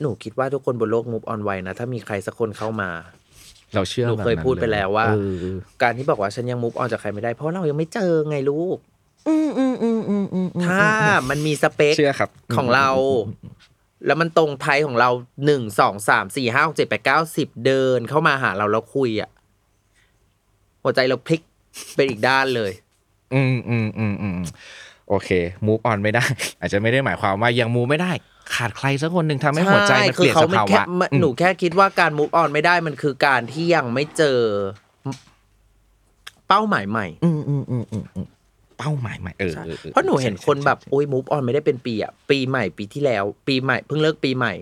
S2: หนูคิดว่าทุกคนบนโลกมูฟออนไวนะ ถ้ามีใครสักคนเข้ามา
S4: เราเชื่อ
S2: หนูเคย
S4: แบบนั้น
S2: พูดไปแล้วว่า
S4: เออ
S2: การที่บอกว่าฉันยังมูฟออนจากใครไม่ได้ เพราะเรายังไม่เจอไงลูก
S4: อืมอืมอืมอืมอืมอืม
S2: ถ้ามันมีสเปค
S4: เชื่อครับ
S2: ของเรา แล้วมันตรงไทยของเราหนึ่งสองสามสี่ห้าหกเจ็ดแปดเก้าสิบเดินเข้ามาหาเราแล้วคุยอ่ะ หัวใจเราพลิกไปอีกด้านเลย
S4: อืมอืมอืมอืมโอเค move on ไม่ได้ อาจจะไม่ได้หมายความว่ายัง move ไม่ได้ ขาดใครสักคนหนึ่งทำให้หัวใจมันเปลี่ยน
S2: ใช่
S4: ส
S2: คือขไม่
S4: ภา
S2: แค่
S4: วะ
S2: มันหนูแค่คิดว่าการ move on ไม่ได้มันคือการที่ยังไม่เจอ เป้าหมายใหม่
S4: อืมอืมอืมอืมอืมเป้าหมายใหม่เออออออ
S2: เพราะหนูเห็นคนแบบ
S4: ใช่ใช่ใช่
S2: โอ้ย move on ไม่ได้เป็นปีอ่ะ ปีใหม่ปีที่แล้ว ปีใหม่เพิ่งเลิกปีใหม่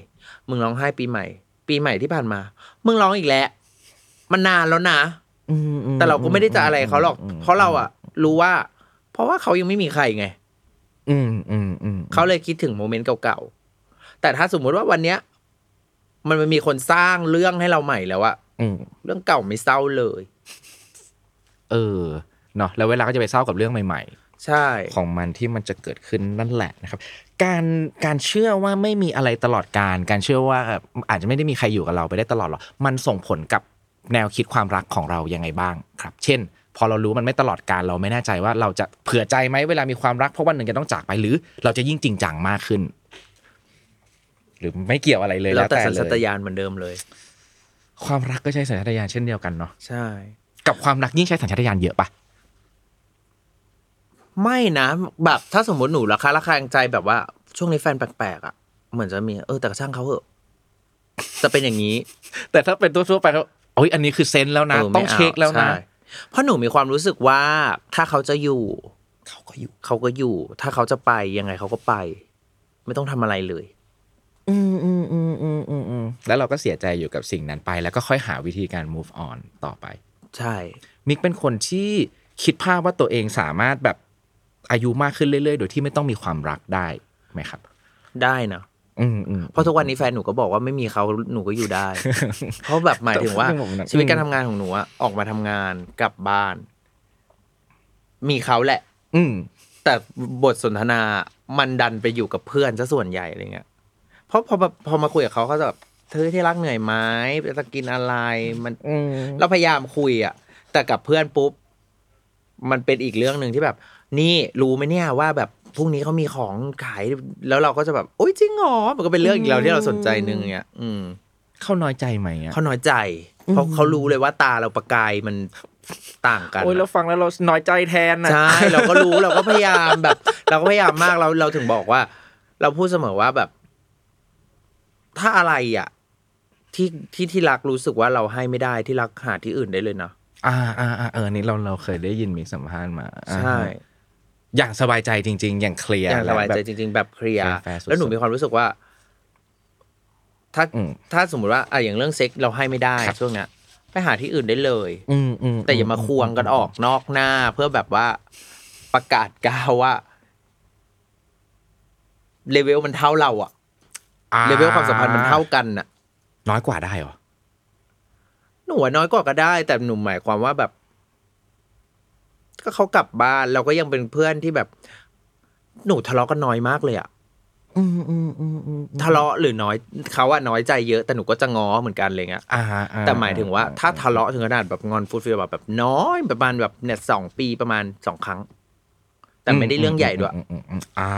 S2: มึงร้องไห้ปีใหม่ ปีใหม่ที่ผ่านมา มึงร้องอีกแล้ว มันนานแล้วนะ แต่เราก็ไม่ได้จะอะไรเขาหรอก เพราะเราอะรู้ว่า เพราะว่าเขายังไม่มีใครไง
S4: อืมอืมอืม
S2: เขาเลยคิดถึงโมเมนต์เก่าๆ แต่ถ้าสมมุติว่าวันเนี้ย มันมีคนสร้างเรื่องให้เราใหม่แล้วอะ
S4: อืม
S2: เรื่องเก่าไม่เศร้าเลย
S4: เออเนาะแล้วเวลาก็จะไปเศร้ากับเรื่องใหม่ ๆ
S2: ใช่
S4: ของมันที่มันจะเกิดขึ้นนั่นแหละนะครับ การการเชื่อว่าไม่มีอะไรตลอดการ การเชื่อว่าอาจจะไม่ได้มีใครอยู่กับเราไปได้ตลอดหรอกมันส่งผลกับแนวคิดความรักของเรายังไงบ้างครับ เช่น พอเรารู้มันไม่ตลอดการเราไม่แน่ใจว่าเราจะเผื่อใจไหมเวลามีความรักเพราะวันหนึ่งจะต้องจากไปหรือ เราจะยิ่งจริงจังมากขึ้น หรือไม่เกี่ยวอะไรเลย
S2: แล้ว
S4: แล้ว
S2: แต่
S4: แต่
S2: สัญ
S4: เล
S2: ชาต
S4: ย
S2: ญาณเหมือนเดิมเลย
S4: ความรักก็ใช้สัญชาตญาณเช่นเดียวกันเนาะ
S2: ใช่
S4: กับความรักยิ่งใช้สัญชาตญาณเยอะปะ
S2: ไม่นะแบบถ้าสมมติหนูราคาระคางใจแบบว่า ช่วงนี้แฟนแปลกๆอะเหมือนจะมีเออแต่ก็ช่างเขาเหอะจะเป็นอย่างนี้
S4: แต่ถ้าเป็นตัวทั่วๆไปแล้วโอ้ยอันนี้คือเซนส์แล้วนะ
S2: เไม่
S4: ต้องเช็คแล้วนะ
S2: ใช่เพราะหนูมีความรู้สึกว่าถ้าเขาจะอยู่
S4: เขาก็อยู่
S2: เขาก็อยู่ ถ้าเขาจะไปยังไงเขาก็ไป ไม่ต้องทำอะไรเลย
S4: อืมอืมอืมอืมอืมอืมแล้วเราก็เสียใจอยู่กับสิ่งนั้นไป แล้วก็ค่อยหาวิธีการ move on ต่อไป
S2: ใช่
S4: มิกเป็นคนที่คิดภาพว่าตัวเองสามารถแบบอายุมากขึ้นเรื่อยๆ โดยที่ไม่ต้องมีความรักได้ไหมครับ
S2: ได้นะ
S4: อืมอืม
S2: เพราะทุกวันนี้แฟนหนูก็บอกว่าไม่มีเขาหนูก็อยู่ได้ เพราะแบบหมายถึงว่า
S4: แต่ผมหนัก
S2: ชีวิตการทำงานของหนูอะออกมาทำงานกลับบ้าน มีเขาแหละ
S4: อืม
S2: แต่บทสนทนามันดันไปอยู่กับเพื่อนซะส่วนใหญ่อะไรเงี้ย เพราะพอมาพอมาคุยกับเขาเขาจะแบบเธอที่รักเหนื่อยไหมจะกินอะไรมัน
S4: อืม
S2: เราพยายามคุยอะแต่กับเพื่อนปุ๊บ มันเป็นอีกเรื่องหนึ่งที่แบบ นี่รู้ไหมเนี่ยว่าแบบพรุ่งนี้เขามีของขายแล้วเราก็จะแบบโอ๊ยจริงเหรอมันก็เป็นเรื่องอีกแล้วที่เราสนใจหนึ่งเนี่ยอืม
S4: เขาน้อยใจไหมอ่ะ
S2: เขาน้อยใจ เพราะเขารู้เลยว่าตาเราประกายมันต่างกัน
S4: โอ้ยเรา
S2: อะ
S4: ฟังแล้วเราน้อยใจแทนนะ
S2: ใช่เราก็รู้เราก็พยายามแบบ เราก็พยายามมากเราเราถึงบอกว่า เราพูดเสมอว่าแบบ ถ้าอะไรอ่ะ ที่ที่ที่รักรู้สึกว่าเราให้ไม่ได้ที่รักหาที่อื่นได้เลยเนาะ
S4: อ่าอ่าอ่าเออนี่เราเราเคยได้ยินมิกสัมภาษณ์มาอ่า
S2: ใช่
S4: อย่างสบายใจจริง ๆ อย่างเคลียร์
S2: อย่างสบายใจ
S4: และ
S2: จ
S4: แบบ
S2: ริง ๆ แบบเคลียร์
S4: แฟร์ๆสุดๆ
S2: แล้วหนูมีความรู้สึกว่า ถ้า
S4: อืม
S2: ถ้าสมมติว่าอะอย่างเรื่องเซ็กเราให้ไม่ได้
S4: ครับ
S2: ช่วงเนี้ยไปหาที่อื่นได้เลย
S4: อืมอืม
S2: แต่อย่ามาควงกันออกนอกหน้า เพื่อแบบว่าประกาศกาวว่าเลเวลมันเท่าเราอะ
S4: อ่
S2: เลเวลความสัมพันธ์มันเท่ากันอะ
S4: น้อยกว่าได้เหรอ
S2: หนูว่าน้อยกว่าก็ได้ แต่หนูหมายความว่าแบบ ก็เขากลับบ้านเราก็ยังเป็นเพื่อนที่แบบ หนูทะเลาะกันน้อยมากเลยอะ
S4: อืมอืมอืมอืม
S2: ทะเลาะหรือน้อยเขาอะน้อยใจเยอะแต่หนูก็จะง้อเหมือนกันอะไรเงี้ย
S4: อ่า
S2: แต่หมายถึงว่า
S4: อ่
S2: ถ้าทะเลาะถึงขนาดแบบงอนฟุตฟิลแบบแบบน้อยประมาณแบบเนี่ยสองปีประมาณสองครั้ง แต่ไม่ได้เรื่องใหญ่ด้วย
S4: อืมอืมอืมอ่า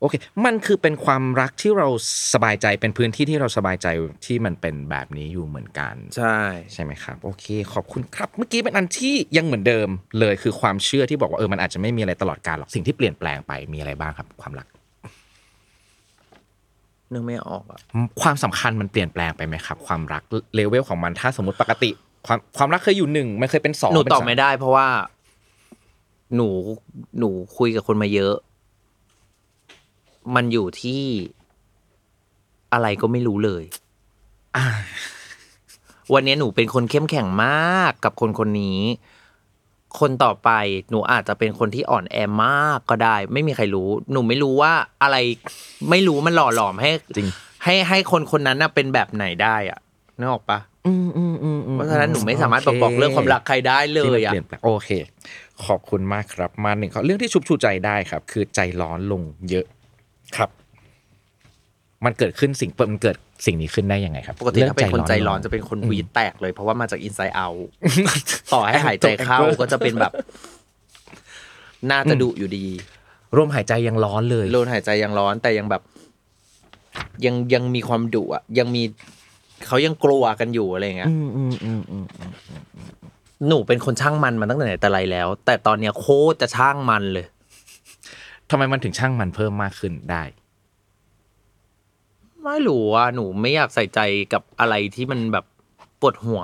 S4: โอเค มันคือเป็นความรักที่เราสบายใจเป็นพื้นที่ที่เราสบายใจที่มันเป็นแบบนี้อยู่เหมือนกัน
S2: ใช่
S4: ใช่ไหมครับ โอเค ขอบคุณครับ เมื่อกี้เป็นอันที่ยังเหมือนเดิมเลยคือความเชื่อที่บอกว่าเออมันอาจจะไม่มีอะไรตลอดกาลหรอกสิ่งที่เปลี่ยนแปลงไปมีอะไรบ้างครับ ความรัก
S2: นึกไม่ออกอะ
S4: ความสำคัญมันเปลี่ยนแปลงไปไหมครับ ความรักเลเวลของมันถ้าสมมติปกติ ความความรักเคยอยู่หนึ่งมันเคยเป็นสอง
S2: หนู
S4: เป็น
S2: ตอบ
S4: สา
S2: ไม่ได้ เพราะว่า หนูหนูคุยกับคนมาเยอะ มันอยู่ที่อะไรก็ไม่รู้เลย
S4: อ่า
S2: วันนี้หนูเป็นคนเข้มแข็งมากกับคนคนนี้ คนต่อไปหนูอาจจะเป็นคนที่อ่อนแอมากก็ได้ ไม่มีใครรู้ หนูไม่รู้ว่าอะไรไม่รู้มันหล่อหลอมให้
S4: จริง
S2: ให้ให้คนคนนั้นน่ะเป็นแบบไหนได้อะนึกออกปะ
S4: อืมอืมอืมอืม
S2: เพราะฉะนั้นหนูไม่สามารถบอกบอกเรื่องความรักใครได้เล
S4: ที่มัน
S2: ยอะ
S4: เปลี่ยนแปลงโอเค ขอบคุณมากครับ มาหนึ่งข้อเรื่องที่ชุบชูใจได้ครับ คือใจร้อนลงเยอะครับ มันเกิดขึ้นสิ่งมันเกิดสิ่งนี้ขึ้นได้ยังไงครับ
S2: ปกติถ้าเป็นคนใจร้อน
S4: ลง
S2: จะเป็นคนหวีดแตกเลย เพราะว่ามาจากอินไซ e ์เอาต่อให้หายใจเข้าก็จะเป็นแบบ น่าจะดุอยู่ดี
S4: ลมหายใจยัง ร้อนเลย
S2: ลมหายใจยังร้อนแต่ยังแบบ ยังยังมีความดุอ่ะ ยังมีเขายังกลัวกันอยู่อะไรอย่างเงี้ย
S4: อืมอืมอืมอืม
S2: หนูเป็นคนช่างมันมาตั้งแต่ไหนแต่ไรแล้ว แต่ตอนเนี้ยโคตรจะช่างมันเลย
S4: ทำไมมันถึงช่างมันเพิ่มมากขึ้นได้
S2: ไม่รู้ว่าหนูไม่อยากใส่ใจกับอะไรที่มันแบบปวดหัว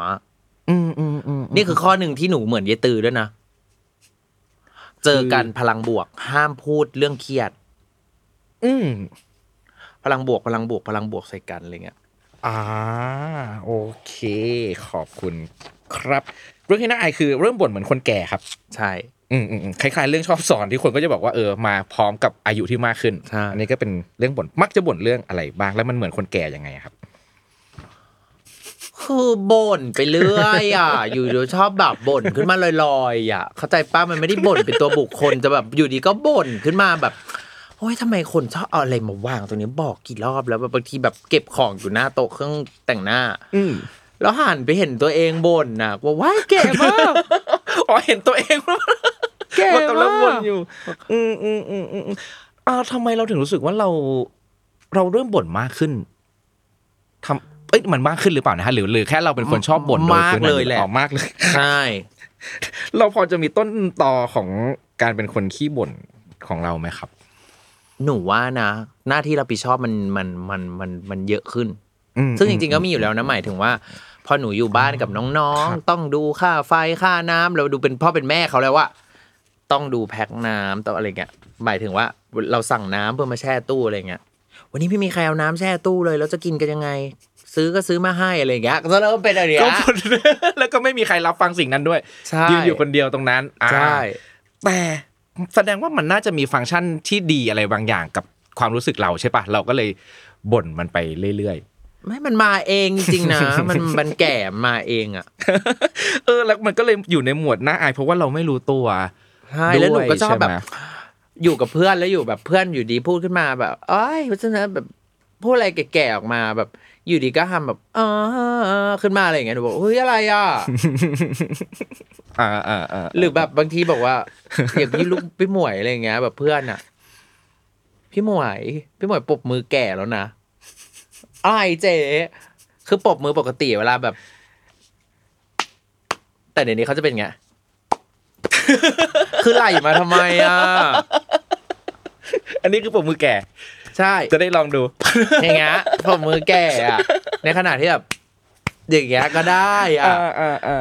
S4: อืมอืมอืม
S2: นี่คือข้อหนึ่งที่หนูเหมือนเยตือด้วยนะ เจอกันพลังบวก ห้ามพูดเรื่องเครียด
S4: อืม
S2: พลังบวกพลังบวกพลังบวกใส่กันอะไรเงี้ย
S4: อ่าโอเค ขอบคุณครับ เรื่องที่น่าอายคือเริ่มบ่นเหมือนคนแก่ครับ
S2: ใช่
S4: อืมอืมอืมคล้ายๆเรื่องชอบสอนที่คนก็จะบอกว่าเออมาพร้อมกับอายุที่มากขึ้น
S2: ใช่
S4: อันี้ก็เป็นเรื่องบ่นมักจะบ่นเรื่องอะไรบ้างแล้วมันเหมือนคนแก่ยังไงครับ
S2: คือบ่นไปเรื่อยอ่ะ อยู่เดียวชอบแบบบ่นขึ้นมาลอยๆอ่ะ เข้าใจป้ามันไม่ได้บ่นเป็นตัวบุคคลจะแบบอยู่ดีก็บ่นขึ้นมาแบบโอ้ยทำไมคนชอบเอาอะไรมาวางตรงนี้บอกกี่รอบแล้วแบบบางทีแบบเก็บของอยู่หน้าโต๊ะเครื่องแต่งหน้า
S4: อืม
S2: แล้วหันไปเห็นตัวเองบ่นนะว่าว้ายแก่มาก
S4: อ๋อเห็นตัวเองว่า
S2: แก่
S4: ว่ากำลังบ่น
S2: มาก
S4: อยู่ อืมอืมอืมอืมอืมอ่าทำไมเราถึงรู้สึกว่าเรา เราเริ่มบ่นมากขึ้นทำเอ้ยมันมากขึ้นหรือเปล่านะฮะหรือหรือแค่เราเป็นคนชอบบ่นโดย
S2: มาก
S4: พื้นฐน
S2: เลยแหละ
S4: อ๋อมากเลย
S2: ใช่
S4: เราพอจะมีต้นตอของการเป็นคนขี้บ่นของเราไหมครับ
S2: หนูว่านะ หน้าที่รับผิดชอบมันมันมันมันมันเยอะขึ้น
S4: อืม
S2: ซึ่งจริงๆก็มีอยู่แล้วนะหมายถึงว่า พอหนูอยู่บ้านกับน้องๆ ต้องดูค่าไฟค่าน้ำเราดูเป็นพ่อเป็นแม่เขาแล้วว่า ต้องดูแพ็คน้ำต้องอะไรเงี้ยหมายถึงว่าเราสั่งน้ำเพื่อมาแช่ตู้อะไรเงี้ยวันนี้พี่มีใครเอาน้ำแช่ตู้เลยแล้วจะกินกันยังไง ซื้อก็ซื้อมาให้อะไรเงี้ยก็เริ่มเป็นอะไร
S4: ก็
S2: เงี้ย
S4: บ่น แล้วก็ไม่มีใครรับฟังสิ่งนั้นด้วย
S2: ใช่
S4: ยืนอยู่คนเดียวตรงนั้นอ่า
S2: ใช่
S4: แต่แสดงว่ามันน่าจะมีฟังก์ชันที่ดีอะไรบางอย่างกับความรู้สึกเราใช่ปะเราก็เลยบ่นมันไปเรื่อย
S2: ไม่มันมาเองจริงๆนะ มันมันแก่มาเองอ่ะ
S4: ๆ เออ แล้วมันก็เลยอยู่ในหมวดน่าอายเพราะว่าเราไม่รู้ตัว
S2: ใช่แล้วหนูก็ชอบแบบ
S4: ด้วยใช่ไหม
S2: อยู่กับเพื่อนแล้วอยู่แบบเพื่อนอยู่ดีพูดขึ้นมาแบบเอ้ยเพราะฉะนั้นแบบพูดอะไรแก่ๆออกมาแบบ อยู่ดีก็ทำแบบเออขึ้นมาอะไรอย่างเงี้ยหนูบอกเฮ้ยอะไรอ่ะ
S4: อ่าอ่าอ่า
S2: หรือแบบบางทีบอกว่า อย่างพี่ลูกพี่หมวยอะไรอย่างเงี้ย แบบเพื่อนอ่ะ พี่หมวยพี่หมวยปรบมือแก่แล้วนะอะไรเจ๊คือปรบมือปกติเวลาแบบ แต่เดี๋ยวนี้เขาจะเป็นไง คือไหลมาทำไมอ่ะ
S4: อันนี้คือผมมือแก่
S2: ใช่
S4: จะได้ลองดู
S2: อย่างเงี้ยผมมือแก่อะในขณะที่แบบอย่างเงี้ยก็ได้อะ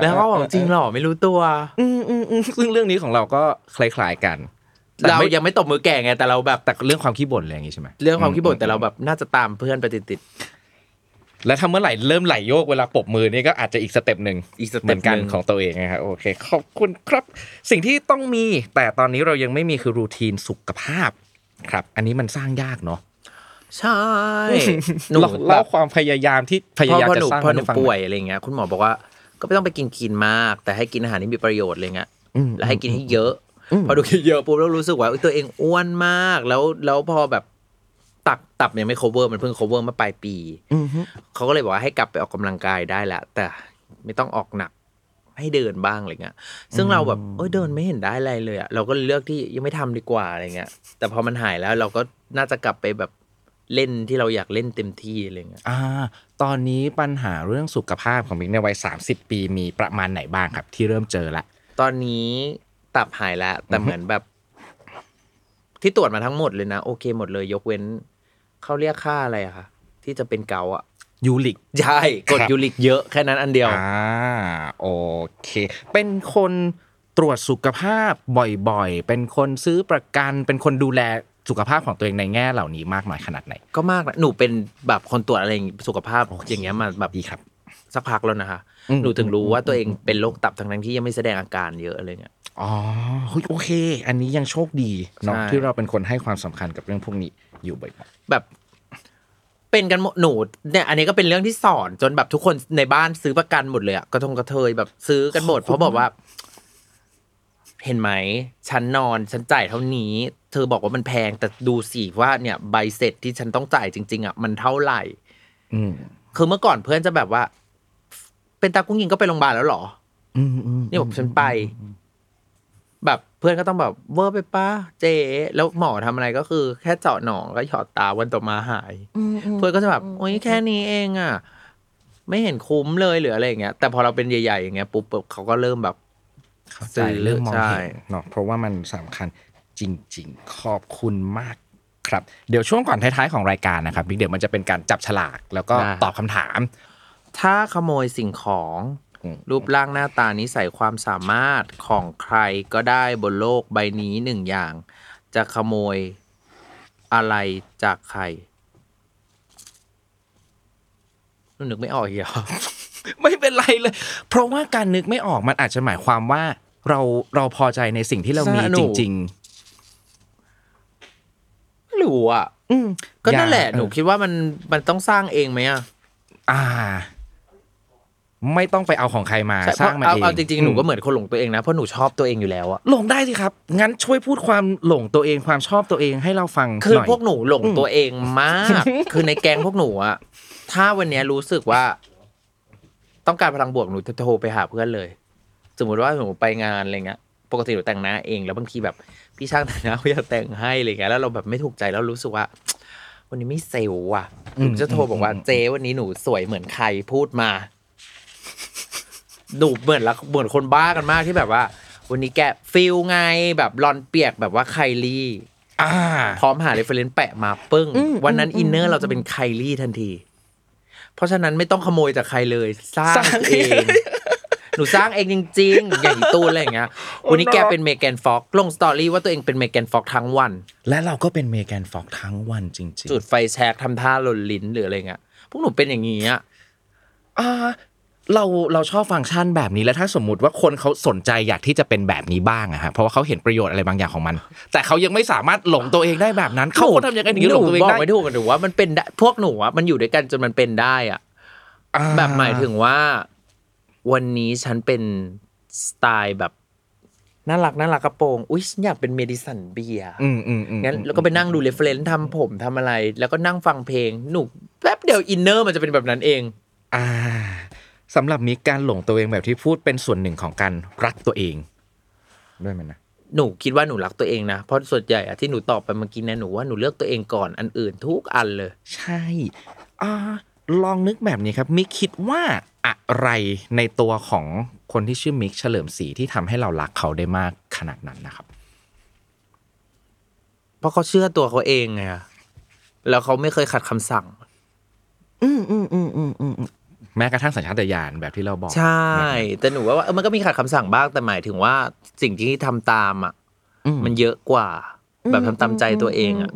S2: แล้วก็บอกจริงเหรอไม่รู้ตัว
S4: อืมอืมอืมซึ่งเรื่องนี้ของเราก็คล้ายๆกัน แต่
S2: เรา
S4: ไม่
S2: ยังไม่ตบมือแก่ไงแต่เราแบบ
S4: แต่เรื่องความขี้บ่นอะไรอย่างงี้ใช่ไหม
S2: เรื่องความคิดบ่นแต่เราแบบน่าจะตามเพื่อนไปติด
S4: แล้วถ้าเมื่อไหร่เริ่มไหลโยกเวลาปรบมือนี่ก็อาจจะอีกสเต็ปหนึ่ง
S2: อีกสเต็ป
S4: เหมือนกัน
S2: หนึ่ง
S4: ของตัวเองนะครับโอเค ขอบคุณครับ สิ่งที่ต้องมีแต่ตอนนี้เรายังไม่มีคือรูทีนสุขภาพครับ อันนี้มันสร้างยากเนาะ
S2: ๆใช่หนู
S4: เรา
S2: แบ
S4: เล่า
S2: บ
S4: ความพยายามที่
S2: พ
S4: พยายาม
S2: อ
S4: จะ
S2: หนู
S4: สร้าง
S2: พอหนู
S4: ให้ฟัง
S2: ป่วยอะไรอย่างเงี้ยคุณหมอบอกว่า ก็ไม่ต้องไปกินกินมาก แต่ให้กินอาหารที่มีประโยชน์อะไรเงี้ย
S4: อืม
S2: แล้วให้กินให้เยอะ
S4: อืม
S2: พอดูกินเยอะปุ๊บแล้วรู้สึกว่าเอ้ยตัวเองอ้วนมาก แล้วแล้วพอแบบตับตับยังไม่ cover มันเพิ่ง cover เมื่อปลายปี
S4: อืมฮึ
S2: เขาก็เลยบอกว่าให้กลับไปออกกำลังกายได้ละแต่ไม่ต้องออกหนักให้เดินบ้างอะไรเงี้ยซึ่งเราแบบเอ้ยเดินไม่เห็นได้อะไรเลยอะเราก็เลยเลือกที่ยังไม่ทำดีกว่าอะไรเงี้ย แต่พอมันหายแล้วเราก็น่าจะกลับไปแบบเล่นที่เราอยากเล่นเต็มที่อะไรเงี้ย
S4: อ่า ตอนนี้ปัญหาเรื่องสุขภาพของมิกในวัย30 ปีมีประมาณไหนบ้างครับ ที่เริ่มเจอละ
S2: ตอนนี้ตับหายแล้วแต่เหมือนแบบ ที่ตรวจมาทั้งหมดเลยนะโอเคหมดเลย ยกเว้นเขาเรียกค่าอะไรอะคะที่จะเป็นเกาอะ
S4: ยูริก
S2: ใช่กด
S4: ครับ
S2: ยูริกเยอะแค่นั้นอันเดียว
S4: อ่าโอเค เป็นคนตรวจสุขภาพบ่อยๆ เป็นคนซื้อประกัน เป็นคนดูแลสุขภาพของตัวเองในแง่เหล่านี้มากน้อยขนาดไหน
S2: ก็มากนะหนูเป็นแบบคนตรวจอะไรอย่างงี้สุขภาพ
S4: โอเค
S2: อย่างเงี้ยมาแบบ
S4: ดีครับ
S2: สักพักแล้วนะคะ
S4: อืม
S2: หนูถึงรู้ว่าตัวเองเป็นโรคตับทั้งๆที่ยังไม่แสดงอาการเยอะอะไรเงี้ย
S4: อ๋อเฮ้ยโอเค อันนี้ยังโชคดีเนาะ
S2: ใช่
S4: ที่เราเป็นคนให้ความสำคัญกับเรื่องพวกนี้อยู่บ่อย
S2: แบบเป็นกันหมดหนูเนี่ยอันนี้ก็เป็นเรื่องที่สอนจนแบบทุกคนในบ้านซื้อประกันหมดเลยอะกระทงกระเทยแบบซื้อกันหมดเพราะบอกว่า เห็นไหมฉันนอนฉันจ่ายเท่านี้ เธอบอกว่ามันแพงแต่ดูสิว่าเนี่ย ใบเสร็จที่ฉันต้องจ่ายจริง ๆอะมันเท่าไหร่
S4: ๆอืม
S2: คือเมื่อก่อนเพื่อนจะแบบว่า เป็นตากุ้งยิงก็ไปโรงพยาบาลแล้วเหรอ
S4: อืมอืม
S2: นี่ผมฉันไป แบบเพื่อนก็ต้องแบบเวอร์ไปป้าเจ๊แล้วหมอทำอะไรก็คือ แค่เจาะหนองก็หยอดตาวันต่อมาหาย เพื่อนก็จะแบบโอ้ยแค่นี้เองอ่ะ ไม่เห็นคุ้มเลยหรืออะไรอย่างเงี้ยแต่พอเราเป็นใหญ่ๆอย่างเงี้ยปุ๊บปุ๊บเขาก็เริ่มแบบ
S4: เข้าใจเรื่องมอง
S2: ใช่
S4: เห็นเนาะเพราะว่ามันสำคัญจริง ๆ ขอบคุณมากครับ เดี๋ยวช่วงก่อนท้ายๆของรายการนะครับบิ๊กเดี๋ยวมันจะเป็นการจับฉลากแล้วก็ตอบคำถาม
S2: ถ้าขโมยสิ่งของ
S4: อืม
S2: รูปร่างหน้าตานิสัยความสามารถของใครก็ได้บนโลกใบนี้หนึ่งอย่าง จะขโมยอะไรจากใคร หนูนึกไม่ออกอีกเหรอ
S4: ไม่เป็นไรเลย เพราะว่าการนึกไม่ออกมันอาจจะหมายความว่าเราเราพอใจในสิ่งที่เรามี
S2: สนุ
S4: จ
S2: ก
S4: ริง
S2: ไม่รู้อ่ะ
S4: ๆ อืม
S2: ก็นั่นแหละ
S4: อย่า
S2: หนู
S4: เออ
S2: คิดว่ามันมันต้องสร้างเองไหมอ่ะ
S4: อ่า ไม่ต้องไปเอาของใครมา
S2: ใช่
S4: สร้างมา
S2: เพะ
S4: เอง
S2: เอาจริงๆหนูก็เห
S4: อืม
S2: มือนคนหลงตัวเองนะเพราะหนูชอบตัวเองอยู่แล้วอ่ะ
S4: หลงได้สิครับ งั้นช่วยพูดความหลงตัวเองความชอบตัวเองให้เราฟัง
S2: คือ
S4: หน่อย
S2: พวกหนูหลงตัวเองมาก คือในแก๊งพวกหนูอ่ะถ้าวันเนี้ยรู้สึกว่า ต้องการพลังบวกหนูจะโทรไปหาเพื่อนเลย สมมติว่าหนูไปงานอะไรเงี้ยปกติหนูแต่งหน้าเองแล้วบางทีแบบพี่ช่างแต่งหน้าเขาอยากแต่งให้อะไรเงี้ยแล้วเราแบบไม่ถูกใจแล้วรู้สึกว่า วันนี้ไม่เซลล์อ่ะหนูจะโทรบอกว่าเจวันนี้หนูสวยเหมือนใครพูดมา ดูเหมือนละเหมือนคนบ้ากันมากที่แบบว่า วันนี้แกฟิลไงแบบรอนเปียกแบบว่าไคลี่
S4: อ่า
S2: พร้อมหาเรฟเฟรนซ์แปะมาปึ้ง
S4: อืม
S2: วันนั้นอินเนอร์เราจะเป็นไคลี่ทันที เพราะฉะนั้นไม่ต้องขโมยจากใครเลย สร้างเอง หนูสร้างเองจริงๆ อย่างอีตูนอะไรอย่างเงี้ยวันนี้แกเป็นเมแกนฟ็อกลงสตอรี่ว่าตัวเองเป็นเมแกนฟ็อกทั้งวัน
S4: และเราก็เป็นเมแกนฟอกทั้งวันจริงๆ
S2: จุดไฟแชกทำท่าหล่นลิ้นหรืออะไรเงี้ยพวกหนูเป็นอย่างงี้อะ
S4: อ่าเราเราชอบฟังก์ชันแบบนี้แล้วถ้าสมมติว่าคนเขาสนใจอยากที่จะเป็นแบบนี้บ้างอะฮะเพราะว่าเขาเห็นประโยชน์อะไรบางอย่างของมัน แต่เขายังไม่สามารถหลงตัวเองได้แบบนั้นเขาควรทำยังไงถึงจะหลงตัวเอ
S2: หนู
S4: ง
S2: บอก
S4: ได้
S2: ไม่ถูกกันหนูว่ามันเป็นได้พวกหนูอะมันอยู่ด้วยกันจนมันเป็นได้อะ
S4: อ่
S2: แบบหมายถึงว่าวันนี้ฉันเป็นสไตล์แบบน่ารักน่ารักกระโปรง อุ้ยฉันอยากเป็นเมดิสันเบีย
S4: อืมอืมอืม
S2: งั้นแล้วก็ไปนั่งดูเรฟเฟรนซ์ทำผมทำอะไร แล้วก็นั่งฟังเพลงหนูแป๊บเดียวอินเนอร์มันจะเป็นแบบนั้นเอง
S4: อ่าสำหรับมิกการหลงตัวเองแบบที่พูดเป็นส่วนหนึ่งของการรักตัวเอง ด้วยไหมนะ
S2: หนูคิดว่าหนูรักตัวเองนะเพราะส่วนใหญ่อะที่หนูตอบไปเมื่อกี้เนี่ยหนูว่าหนูเลือกตัวเองก่อนอันอื่นทุกอันเลย
S4: ใช่อ่าลองนึกแบบนี้ครับมิกคิดว่าอะไรในตัวของคนที่ชื่อมิกเฉลิมศรีที่ทำให้เรารักเขาได้มากขนาดนั้นนะครับ
S2: เพราะเขาเชื่อตัวเขาเองไงอะแล้วเขาไม่เคยขัดคำสั่ง
S4: อืมอืมอืมอืมอืมแม้กระทั่งสัญชาตญาณแบบที่เราบอก
S2: ใช่ แต่หนูว่าว่าเออมันก็มีขัดคำสั่งบ้างแต่หมายถึงว่าสิ่งที่ทำตามอ่ะ
S4: อืม
S2: มันเยอะกว่าแบบทำตามใจตัวเองอ่ะ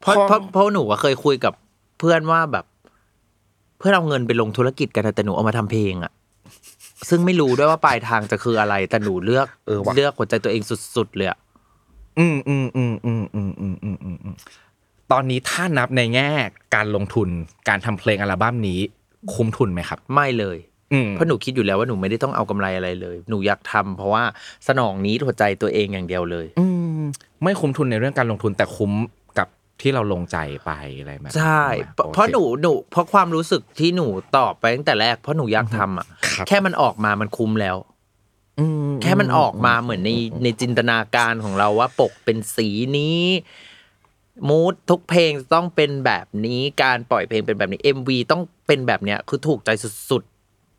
S2: เพราะ
S4: พ
S2: เพ
S4: อ
S2: ราะเพราะหนูอะเคยคุยกับเพื่อนว่าแบบ เพื่อนเอาเงินไปลงธุรกิจกันอะแต่หนูเอามาทำเพลงอ่ะ ซึ่งไม่รู้ด้วยว่าปลายทางจะคืออะไร แต่หนูเลือก
S4: เออว่ะ
S2: เลือกหัวใจตัวเองสุดๆเลยอะ
S4: อืมอืมอืมอืมอืมอืมอืมอืมอืมตอนนี้ถ้านับในแง่การลงทุนการทำเพลงอัลบั้มนี้ คุ้มทุนไหมครับ
S2: ไม่เลย
S4: อืม
S2: เพราะหนูคิดอยู่แล้วว่าหนูไม่ได้ต้องเอากำไรอะไรเลย หนูอยากทำเพราะว่าสนองนี้หัวใจตัวเองอย่างเดียวเลย
S4: อืมไม่คุ้มทุนในเรื่องการลงทุนแต่คุ้มกับที่เราลงใจไปอะไรแบบนั้น
S2: ใช่เพราะ
S4: โอค
S2: เพราะหนูหนูเพราะความรู้สึกที่หนูตอบไปตั้งแต่แรกเพราะหนูอยากทำอ่ะ
S4: ครับ
S2: แค่มันออกมามันคุ้มแล้ว
S4: อื
S2: แค่มันออกมาเหมือนในในจินตนาการของเราว่าปกเป็นสีนี้มูดทุกเพลงจะต้องเป็นแบบนี้การปล่อยเพลงเป็นแบบนี้ MV ต้องเป็นแบบเนี้ยคือถูกใจสุด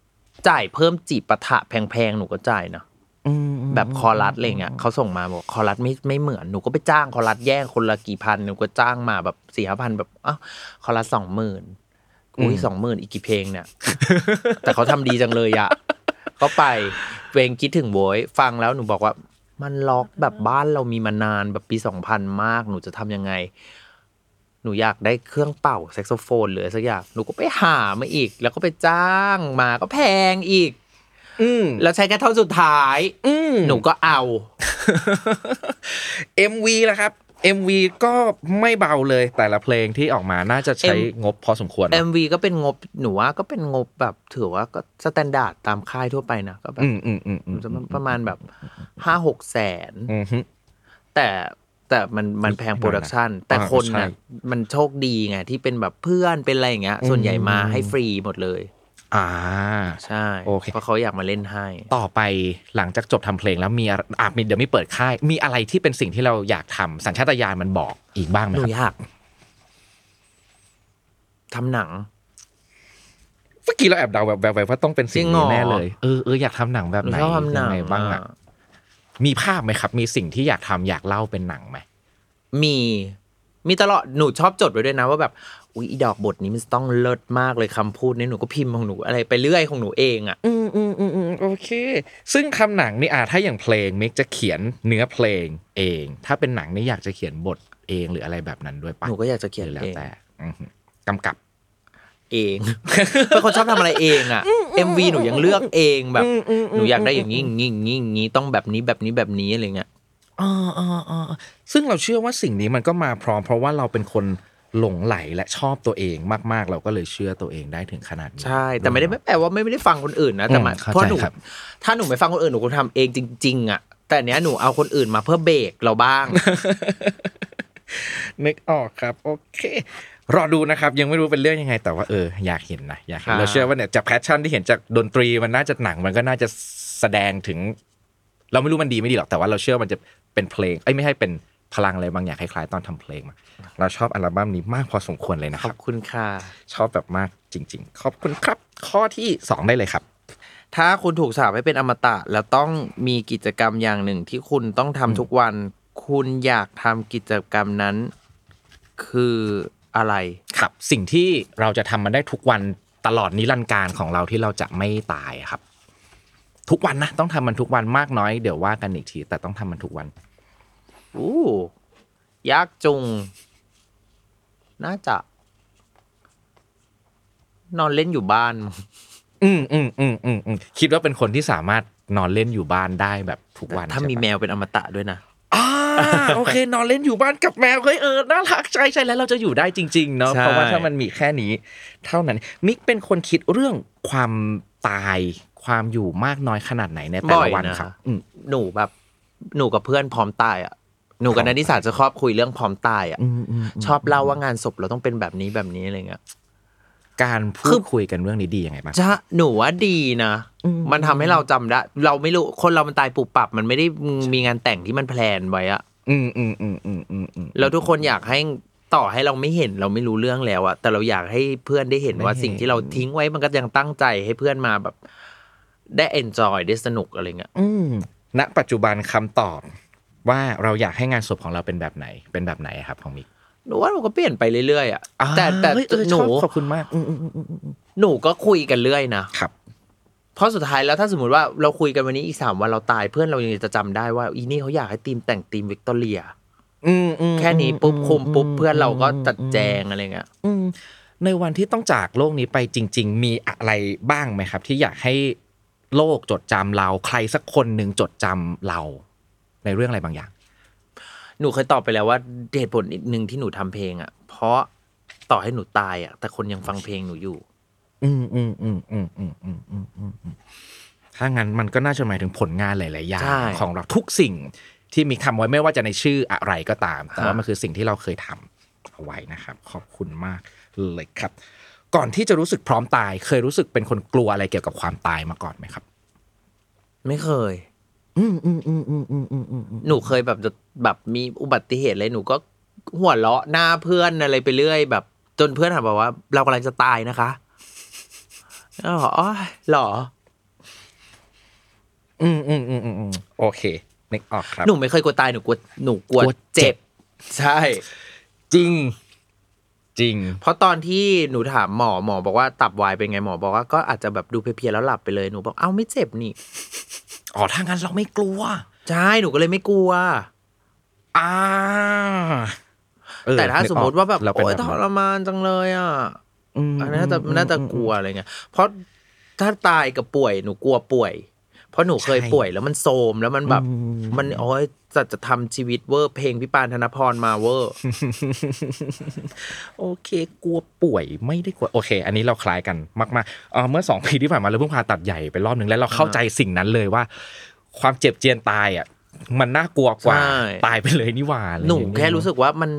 S2: ๆ จ่ายเพิ่มจีบปะทะแพงๆ หนูก็จ่ายนะ
S4: อืมอืม
S2: แบบคอรัสอะไรเงี้ยเขาส่งมาบอกคอรัสไม่ไม่เหมือนหนูก็ไปจ้างคอรัสแย่งคนละกี่พันหนูก็จ้างมาแบบสี่ห้าพันแบบอ้าวคอรัสสองหมื่นอุ้ยสองหมื่นอีกกี่เพลงเนี่ย แต่เขาทำดีจังเลยอะเขาไปเพลงคิดถึงโวยฟังแล้วหนูบอกว่า มันล็อกแบบบ้านเรามีมานานแบบปีสองพันมาก หนูจะทำยังไง หนูอยากได้เครื่องเป่าแซกโซโฟนหรืออะไรสักอย่าง หนูก็ไปหามาอีก แล้วก็ไปจ้างมาก็แพงอีก
S4: อืม
S2: แล้วใช้แค่เท่าสุดท้าย
S4: อืม
S2: หนูก็เอา
S4: MV ละครับ MV ก็ไม่เบาเลยแต่ละเพลงที่ออกมาน่าจะใช้งบพอสมควร
S2: MV ก็เป็นงบหนูว่าก็เป็นงบแบบถือว่าก็สแตนดาร์ดตามค่ายทั่วไปนะก็แบบ
S4: อืมอืมอืมอืม
S2: จะประมาณแบบห้าหกแสน
S4: อืมฮึ
S2: แต่แต่มันมันแพงโปรดักชันแต่
S4: อ่า
S2: คน
S4: ใช่
S2: น่ะมันโชคดีไงที่เป็นแบบเพื่อนเป็นอะไรอย่างเงี้ย ส่วนใหญ่มาให้ฟรีหมดเลย
S4: อ่า
S2: ใช่
S4: โอเค
S2: เพราะเขาอยากมาเล่นให้
S4: ต่อไปหลังจากจบทำเพลงแล้วมีอะไรอ่ะมีเดี๋ยวมีเปิดค่าย มีอะไรที่เป็นสิ่งที่เราอยากทำสัญชาตญาณมันบอกอีกบ้างไหม
S2: หนู
S4: ครับ
S2: อยากทำหนัง
S4: เมื่อกี้เราแอบเดาแบบแบบๆว่าต้องเป็นสิ่
S2: จ
S4: ง
S2: ริงเห
S4: นี้
S2: รอ
S4: แน่เลย เออเอออยากทำหนังแบบ
S2: หนู
S4: ไหน
S2: ชอบทำหนั
S4: ยัง งไงบ้าง
S2: อะ
S4: อะมีภาพไหมครับ มีสิ่งที่อยากทำอยากเล่าเป็นหนังไหม
S2: มี มีตลอดหนูชอบจดไว้ด้วยนะว่าแบบอุ๊ยอีดอกบทนี้มันจะต้องเลิศมากเลยคำพูดนี้หนูก็พิมพ์ของหนูอะไรไปเรื่อยของหนูเองอ่ะ
S4: อืมอืมอืมอืมโอเค ซึ่งทำหนังนี่อ่ะถ้าอย่างเพลงมิกจะเขียนเนื้อเพลงเอง ถ้าเป็นหนังนี่อยากจะเขียนบทเองหรืออะไรแบบนั้นด้วยปะ
S2: หนูก็อยากจะเขียน
S4: หรือแล้ว
S2: เอง
S4: แต่อือฮึกำกับ
S2: เอง เป็นคนชอบทำอะไรเองอ่ะ MV หนูยังเลือกเองแบบหนูอยากได้อย่างนี้อย่างนี้อย่างนี้อย่างนี้ต้องแบบนี้แบบนี้แบบนี้อะไรเงี้ย
S4: อ่าอ่าอ่าซึ่งเราเชื่อว่าสิ่งนี้มันก็มาพร้อม เพราะว่าเราเป็นคนหลงไหลและชอบตัวเองมากๆ เราก็เลยเชื่อตัวเองได้ถึงขนาดนี้
S2: ใช่ แต่ไม่ได้ไม่แปลว่าไม่ไม่ได้ฟังคนอื่นนะแต่หมาย
S4: อืมเข้าใจ
S2: เพราะหนู
S4: ครับ
S2: ถ้าหนูไม่ฟังคนอื่นหนูคงทำเองจริง ๆอ่ะแต่เนี้ยหนูเอาคนอื่นมาเพื่อเบรกเราบ้าง
S4: นึกออกครับ โอเค รอดูนะครับ ยังไม่รู้เป็นเรื่องยังไง แต่ว่าเอออยากเห็นนะอยากเห็น
S2: อ่า
S4: เราเชื่อว่าเนี่ยจากแพชชั่นที่เห็นจากดนตรีมันน่าจะหนังมันก็น่าจะแสดงถึง เราไม่รู้มันดีไม่ดีหรอกแต่ว่าเราเชื่อมันจะเป็นเพลงเอ้ยไม่ให้เป็นพลังอะไรบางอย่างคล้ายๆตอนทำเพลงมาเราชอบอัลบั้มนี้มากพอสมควรเลยนะ
S2: ข
S4: ค
S2: อ
S4: รั
S2: บบ คุณค่ะ
S4: ชอบแบบมากจริง ๆ ขอบคุณครับ ข้อที่สองได้เลยครับ
S2: ถ้าคุณถูกสาปให้เป็นอมตะ แล้วต้องมีกิจกรรมอย่างหนึ่งที่คุณต้องทำทุกวัน คุณอยากทำกิจกรรมนั้น คืออะไร
S4: ครับสิ่งที่เราจะทำมันได้ทุกวันตลอดนิรันดร์การของเราที่เราจะไม่ตายอะครับ ทุกวันนะต้องทำมันทุกวันมากน้อยเดี๋ยวว่ากันอีกที แต่ต้องทำมันทุกวัน
S2: อู้ยากจุง น่าจะ นอนเล่นอยู่บ้าน
S4: อืมอืมอืมอืมอืมคิดว่าเป็นคนที่สามารถนอนเล่นอยู่บ้านได้แบบทุก วัน
S2: ถ้ามี
S4: ใช่ปะ
S2: แมวเป็นอมตะด้วยนะ
S4: อ่าโอเคนอนเล่นอยู่บ้านกับแมวเฮ้ยเออน่ารักใช่ใช่แล้วเราจะอยู่ได้จริงๆเนาะ
S2: ใช่
S4: เพราะว่าถ้ามันมีแค่นี้ เท่านั้น มิกเป็นคนคิดเรื่องความตายความอยู่มากน้อยขนาดไหนในแต่ละวันครับ อืม
S2: หนูแบบ หนูกับเพื่อนพร้อมตายอ่ะ หนูกับ
S4: พร้อม
S2: นันทิสาจะชอบคุยเรื่องพร้อมตายอ่ะ
S4: อืมมม
S2: ชอบเล่าว่างานศพเราต้องเป็นแบบนี้แบบนี้อะไรเงี้ย
S4: การพู
S2: คื
S4: ด
S2: อ
S4: คุยกันเรื่องนี้ดียังไงบ้าง
S2: จะหนูว่าดีนะ
S4: อืม
S2: มันทำให้เราจำได้ เราไม่รู้ คนเรามันตายปุบปับ มันไม่ได้มีงานแต่งที่มันแพลนไว้อะ
S4: อืมอืมอืมอืมอืมอืม
S2: แล้วทุกคนอยากให้ต่อให้เราไม่เห็นเราไม่รู้เรื่องแล้วอะแต่เราอยากให้เพื่อนได้เห็น
S4: ได้
S2: ว่า
S4: เห็น
S2: สิ่งที่เราทิ้งไว้มันก็ยังตั้งใจให้เพื่อนมาแบบ ได้เอนจอยได้สนุกอะไรเงี้ย
S4: อืมณปัจจุบันคำตอบว่าเราอยากให้งานศพของเราเป็นแบบไหน เป็นแบบไหนอะครับของมิก
S2: หนูว่ามันก็เปลี่ยนไปเรื่อยๆอะแต่แต่
S4: เฮ้ยเออ
S2: หนู
S4: ชอบขอบคุณมากอืมอืมอืมอืมอืม
S2: หนูก็คุยกันเรื่อยนะครับ เพราะสุดท้ายแล้วถ้าสมมติว่าเราคุยกันวันนี้อีกสามวันเราตายเพื่อนเรายังจะจำได้ว่าอีนี่เขาอยากให้ทีมแต่งทีมวิกตอเรีย
S4: อืมอืม
S2: แค่นี้ปุ๊บคุมปุ๊บเพื่อนเราก็จัดแจง
S4: อืม
S2: อะไรเงี้ย
S4: อืมในวันที่ต้องจากโลกนี้ไปจริง ๆ มีอะไรบ้างไหมครับ ที่อยากให้โลกจดจำเราใครสักคนหนึ่งจดจำเรา ในเรื่องอะไรบางอย่าง
S2: หนูเคยตอบไปแล้วว่าเหตุผลอีกหนึ่งที่หนูทำเพลงอ่ะ เพราะต่อให้หนูตายอ่ะ แต่คนยังฟังเพลงหนูอยู่
S4: อืมอืมอืมอืมอืมอืมอืมอืมอืมถ้างั้นมันก็น่าจะหมายถึงผลงานหลาย ๆ อย่าง
S2: ใช่
S4: ของเราทุกสิ่งที่มีทำไว้ไม่ว่าจะในชื่ออะไรก็ตาม แต่ว่า
S2: ฮะ
S4: มันคือสิ่งที่เราเคยทำเอาไว้นะครับ ขอบคุณมากเลยครับ ก่อนที่จะรู้สึกพร้อมตาย เคยรู้สึกเป็นคนกลัวอะไรเกี่ยวกับความตายมาก่อนไหมครับ
S2: ไม่เคย
S4: อืมอืมอืมอืมอืมอืมอืมอืม
S2: หนูเคยแบบจะแบบมีอุบัติเหตุอะไรหนูก็หัวเราะหน้าเพื่อนอะไรไปเรื่อยแบบ จนเพื่อนถามบอกว่า เรากำลังจะตายนะคะอ๋ออ๋อเหรอ
S4: อืมอืมอืมอืมอืมโอเคนึกออกครับ
S2: หนูไม่เคยกลัวตายหนูกลัวหนูกลัว
S4: กลัวเจ็
S2: เจ็
S4: บ
S2: บ ใช่
S4: จริง จริง
S2: เพราะตอนที่หนูถามหมอหมอบอกว่าตับวายเป็นไงหมอบอกว่าก็อาจจะแบบดูเพลียๆแล้วหลับไปเลยหนูบอกเอ้าไม่เจ็บนี่
S4: อ๋อถ้างั้นเราไม่กลัว
S2: ใช่หนูก็เลยไม่กลัว
S4: อ่าเออ
S2: แต่ถ้า
S4: นึกออก
S2: สมมติว่าแบบ
S4: เราเป็น
S2: โอ๊ย
S4: แบบ
S2: ท
S4: นั้น
S2: รมานจังเลยอ่ะอันน่าจะน่าจะกลัวอะไรเงี้ยเพราะถ้าตายกับป่วยหนูกลัวป่วย เพราะหนูเคย
S4: ใช่
S2: ป่วยแล้วมันโทรมแล้วมันแบบ
S4: อืม
S2: มันโอ้ยจะจะทำชีวิตเวอร์เพลงพี่ปานธนพรมาเวอร์
S4: โอเค กลัวป่วยไม่ได้กลัวโอเค อันนี้เราคล้ายกันมากๆเอ่อเมื่อสองปีที่ผ่านมาเราเพิ่งผ่าตัดใหญ่ไปรอบหนึ่งแล้วเราเข้าใจสิ่งนั้นเลยว่า ความเจ็บเจียนตายอ่ะมันน่ากลัวกว่า
S2: ใช่
S4: ตายไปเลยนี่หว่าอะไรอ
S2: หนู
S4: ย่างเงี้ย
S2: แค่รู้สึกว่ามัน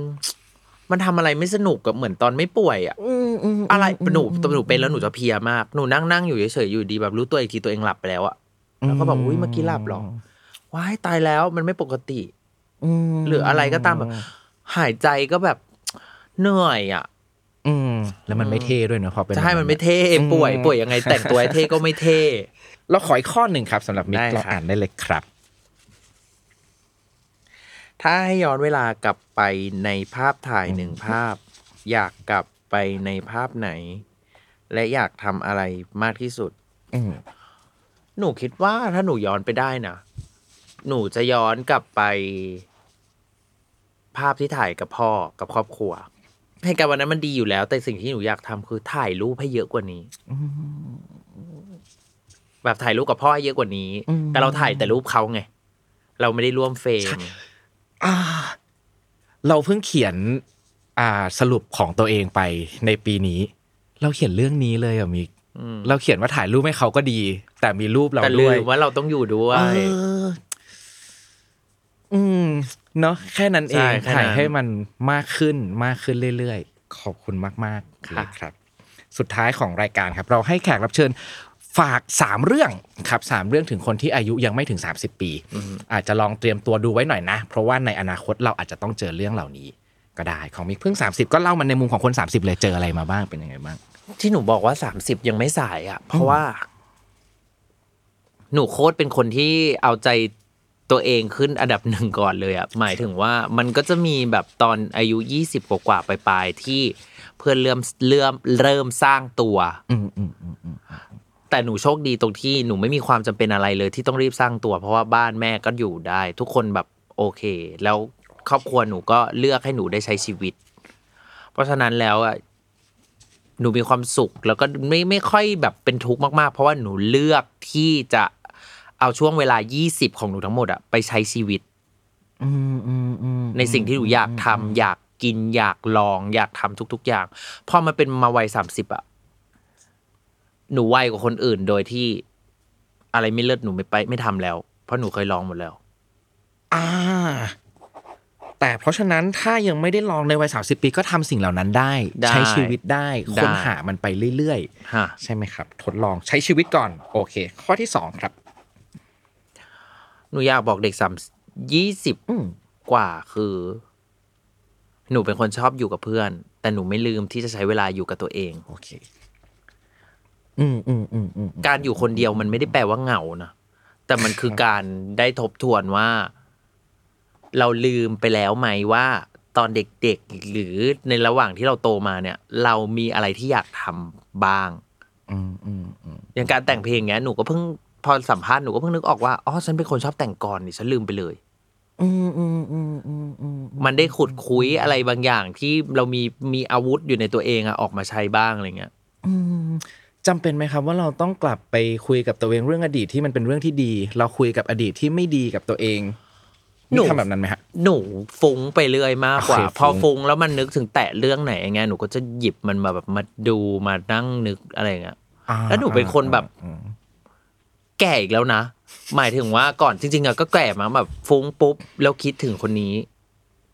S2: มันทำอะไรไม่สนุกกับเหมือนตอนไม่ป่วยอ่ะอะไรหนูหนูเป็นแล้วหนูจะเพลียมากหนูนั่งนั่งอยู่เฉยๆอยู่ดีแบบรู้ตัวอีกทีตัวเองหลับไปแล้วอ่ะแล้วก็แบบอุ้ยเมื่อกี้หลับเหรอว้ายตายแล้วมันไม่ปกติ
S4: ม
S2: หรืออะไรก็ตามแบบ หายใจก็แบบเหนื่อยอ่ะ
S4: อืมแล้วมันไม่เท่ด้วยเนอะพอเป็น
S2: จะให้มันไม่
S4: แบบ
S2: เท่ป่วย
S4: อืม
S2: ป่วยยังไงแต่งตัวให้เท่ก็ไม่เท่
S4: เราขออีกข้อหนึ่งครับสำหรับมิก
S2: ได้
S4: เรา
S2: ครับ
S4: อ่านได้เลยครับ
S2: ถ้าให้ย้อนเวลากลับไปในภาพถ่ายหนึ่งภาพ อยากกลับไปในภาพไหน และอยากทำอะไรมากที่สุด
S4: อืม
S2: หนูคิดว่าถ้าหนูย้อนไปได้นะหนูจะย้อนกลับไป ภาพที่ถ่ายกับพ่อกับครอบครัว เพลงการวันนั้นมันดีอยู่แล้ว แต่สิ่งที่หนูอยากทำคือถ่ายรูปให้เยอะกว่านี้ แบบถ่ายรูปกับพ่อให้เยอะกว่านี้
S4: อืม
S2: แต่เราถ่ายแต่รูปเขาไง เราไม่ได้ร่วมเฟรม
S4: อ่าเราเพิ่งเขียนอ่าสรุปของตัวเองไปในปีนี้ เราเขียนเรื่องนี้เลยอ่ะมิก
S2: อืม
S4: เราเขียนว่าถ่ายรูปให้เขาก็ดี แต่มีรูปเรา
S2: แต่ลื
S4: ด้วย
S2: มว่าเราต้องอยู่ด้วย
S4: เอออืมเนาะแค่นั้นเอง
S2: ใช่แค่นั้น
S4: ถ่ายให้มันมากขึ้นมากขึ้นเรื่อยๆ ขอบคุณมากๆ
S2: ค่ะ
S4: เลยครับ สุดท้ายของรายการครับ เราให้แขกรับเชิญฝากสามเรื่องครับสามเรื่องถึงคนที่อายุยังไม่ถึง 30 ปี อาจจะลองเตรียมตัวดูไว้หน่อยนะ เพราะว่าในอนาคตเราอาจจะต้องเจอเรื่องเหล่านี้ ก็ได้ของมิกเพิ่ง 30 ก็เล่ามันในมุมของคน 30 เลยเจออะไรมาบ้างเป็นยังไงบ้าง
S2: ที่หนูบอกว่าสามสิบยังไม่สายอ่ะ เพราะว่า หนูโคตรเป็นคนที่เอาใจตัวเองขึ้นอันดับหนึ่งก่อนเลยอ่ะ หมายถึงว่ามันก็จะมีแบบตอนอายุยี่สิบกว่าๆปลายๆที่เพื่อนเริ่มเริ่มเริ่มสร้างตัว
S4: อืมอืมอืมอืม
S2: แต่หนูโชคดีตรงที่หนูไม่มีความจำเป็นอะไรเลยที่ต้องรีบสร้างตัว เพราะว่าบ้านแม่ก็อยู่ได้ ทุกคนแบบโอเค แล้วครอบครัวหนูก็เลือกให้หนูได้ใช้ชีวิต เพราะฉะนั้นแล้วอ่ะหนูมีความสุขแล้วก็ไม่ไม่ค่อยแบบเป็นทุกข์มากๆ เพราะว่าหนูเลือกที่จะเอาช่วงเวลา 20 ของหนูทั้งหมดอ่ะไปใช้ชีวิต
S4: อืมอืมอืม
S2: ในสิ่งที่หนูอยากทำอยากกินอยากลอง อยากทำทุก ๆ อย่างพอมาเป็นมาวัยสามสิบอะหนูไวกว่าคนอื่นโดยที่อะไรไม่เลิศหนูไม่ไปไม่ทำแล้ว เพราะหนูเคยลองหมดแล้ว
S4: อ่า แต่เพราะฉะนั้นถ้ายังไม่ได้ลองในวัย30 ปีก็ทำสิ่งเหล่านั้นได้
S2: ได้
S4: ใช้ชีวิตได้
S2: ได้
S4: ค้นหามันไปเรื่อยๆ
S2: ฮะ
S4: ใช่ไหมครับ ทดลองใช้ชีวิตก่อน โอเค ข้อที่สองครับ
S2: หนูอยากบอกเด็กสามยี่สิบ
S4: อืม
S2: กว่าคือ หนูเป็นคนชอบอยู่กับเพื่อน แต่หนูไม่ลืมที่จะใช้เวลาอยู่กับตัวเอง
S4: โอเค อืมอืมอืมอืม
S2: การอยู่คนเดียวมันไม่ได้แปลว่าเหงานะ แต่มันคือการได้ทบทวนว่า เราลืมไปแล้วไหมว่า ตอนเด็กๆ หรือในระหว่างที่เราโตมาเนี่ย เรามีอะไรที่อยากทำบ้าง
S4: อืมอืมอืม
S2: อย่างการแต่งเพลงเนี้ยหนูก็เพิ่งพอสัมภาษณ์หนูก็เพิ่งนึกออกว่าอ๋อฉันเป็นคนชอบแต่งก่อนนี่ฉันลืมไปเลย
S4: อืมอืมอืมอืมอืม
S2: มันได้ขุดคุยอะไรบางอย่างที่เรามีมีอาวุธอยู่ในตัวเองอะออกมาใช้บ้างอะไรเงี้ย
S4: อืมจำเป็นไหมครับว่าเราต้องกลับไปคุยกับตัวเองเรื่องอดีตที่มันเป็นเรื่องที่ดี เราคุยกับอดีตที่ไม่ดีกับตัวเอง
S2: หนู
S4: นี่ทำแบบนั้นไหมฮะ
S2: หนูฟุ้งไปเรื่อยมากกว่า
S4: โอเคฟุ้ง
S2: พอฟุ้งแล้วมันนึกถึงแตะเรื่องไหนอย่างเงี้ยหนูก็จะหยิบมันมาแบบมาดูมานั่งนึกอะไรอย่างเงี้ย
S4: อ่า
S2: แล้วหนูเป็นคนแบบ
S4: อืม
S2: แก่อีกแล้วนะ หมายถึงว่าก่อนจริงๆอะก็แก่มาแบบฟุ้งปุ๊บแล้วคิดถึงคนนี้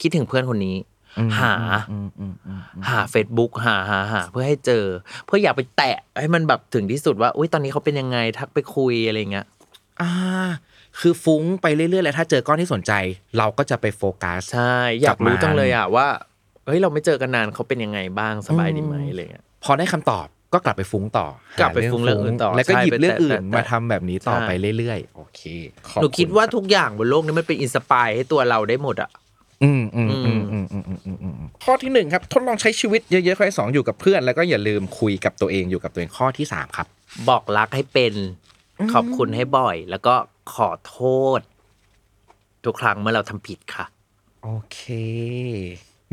S2: คิดถึงเพื่อนคนนี้
S4: อืม
S2: หา
S4: อืมอืมอืมอืม
S2: หา Facebook หาหาหาเพื่อให้เจอ เพื่ออยากไปแตะให้มันแบบถึงที่สุดว่าอุ้ยตอนนี้เขาเป็นยังไงทักไปคุยอะไรอย่างเงี้ย
S4: อ่า คือฟุ้งไปเรื่อยๆแล้วถ้าเจอก้อนที่สนใจ เราก็จะไปโฟกัส
S2: ใช่อยากรู้จังเลยอะว่าเฮ้ยเราไม่เจอกันนานเขาเป็นยังไงบ้างสบายดีไหมอะไรอย่างเงี้ย
S4: พอได้คำตอบก็กลับไปฟุ้งต่อก
S2: ลับไปฟุ้งเรื่องอื่นต่อ
S4: แล้วก็
S2: ใช่
S4: หยิบเรื่องอื่น
S2: แต่แต่
S4: มาทำแบบนี้ต่อ
S2: ใช่
S4: ไปเรื่อยๆ โอเคขอบ
S2: หนูคิด
S4: ณ
S2: ว่า
S4: รับ
S2: ทุกอย่างบนโลกนี้มันเป็นอินสปายให้ตัวเราได้หมดอะ
S4: อืมอืมอืมอืมอืมอืมอืมอืมอืมข้อที่หนึ่งครับ ทดลองใช้ชีวิตเยอะๆข้อที่สองอยู่กับเพื่อน แล้วก็อย่าลืมคุยกับตัวเองอยู่กับตัวเองข้อที่สามครับ
S2: บอกรักให้เป็นขอบคุณให้บ่อย แล้วก็ขอโทษ ทุกครั้งเมื่อเราทำผิดค่ะ
S4: โอเค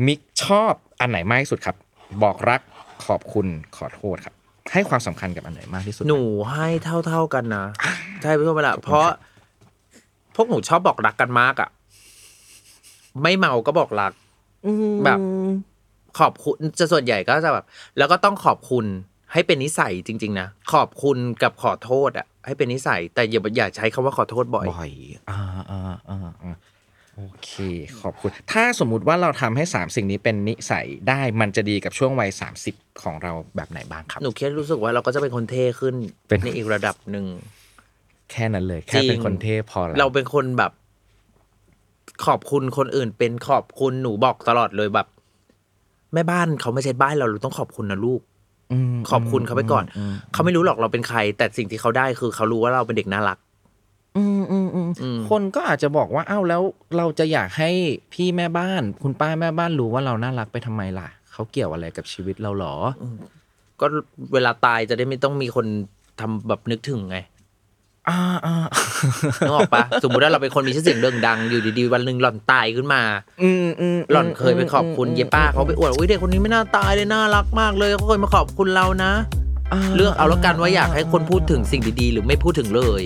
S4: มิกชอบอันไหนมากที่สุดครับ บอกรักขอบคุณขอโทษครับ ให้ความสำคัญกับอันไหนมากที่สุด
S2: หนูให้เท่าๆกัน นะใช่เพื่อนเวลาเพราะ พวกหนูชอบบอกรักกันมากอะไม่เมาก็บอกรัก แบบ ขอบคุณจะส่วนใหญ่ก็จะแบบ แล้วก็ต้องขอบคุณให้เป็นนิสัยจริง ๆ นะ ขอบคุณกับขอโทษอะให้เป็นนิสัย แต่อย่าอย่าใช้คำว่าขอโทษบ่อย
S4: บ่อยอ่าอ่าอ่าอ่าโอเค ขอบคุณ ถ้าสมมุติว่าเราทำให้ 3 สิ่งนี้เป็นนิสัยได้มันจะดีกับช่วงวัย 30 ของเราแบบไหนบ้างครับ
S2: หนูแค่รู้สึกว่าเราก็จะเป็นคนเท่ขึ้น
S4: เป็น
S2: ในอีกระดับหนึ่ง
S4: แค่นั้นเลย แค่เป็นคนเท่พอ
S2: เรา
S4: แล้ว
S2: เป็นคนแบบ ขอบคุณคนอื่นเป็นขอบคุณหนูบอกตลอดเลยแบบ แม่บ้านเขาไม่ใช่บ้านเราเราต้องขอบคุณนะลูก
S4: ม
S2: ขอบคุณเขาไปก่อน
S4: มม
S2: เขาไม่รู้หรอกเราเป็นใคร แต่สิ่งที่เขาได้คือเขารู้ว่าเราเป็นเด็กน่ารัก
S4: อืมอืมอืม
S2: อืม
S4: คนก็อาจจะบอกว่าอ้าวแล้วเราจะอยากให้พี่แม่บ้าน คุณป้าแม่บ้านรู้ว่าเราน่ารักไปทำไมล่ะ เขาเกี่ยวอะไรกับชีวิตเราหรอ
S2: ก็เวลาตายจะได้ไม่ต้องมีคนทำแบบนึกถึงไง
S4: อ่าอ่า
S2: นึกออกปะ สมมติว่าเราเป็นคนมีชื่อเสียงเด่งดังอยู่ดีๆวันหนึ่งหล่อนตายขึ้นมา
S4: อืมอืมม
S2: หล่อนเคยไปขอบคุณเยป้าเขาไปอวดอุ้ยเด็กคนนี้ไม่น่าตายเลยน่ารักมากเลยเขาเคยมาขอบคุณเรานะ เลือกเอาแล้วกันว่าอยากให้คนพูดถึงสิ่งดีๆ หรือไม่พูดถึงเลย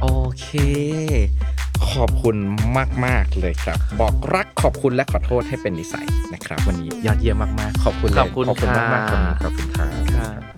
S4: โอเค ขอบคุณมาก ๆ เลยครับ บอกรักขอบคุณและขอโทษให้เป็นนิสัยนะครับ วันนี้ยอดเยี่ยมมาก ๆ ขอบคุณเลย
S2: ขอบคุณ
S4: ขอบคุณ
S2: ค่ะ
S4: มากๆครับขอบคุณครับ
S2: ค่ะ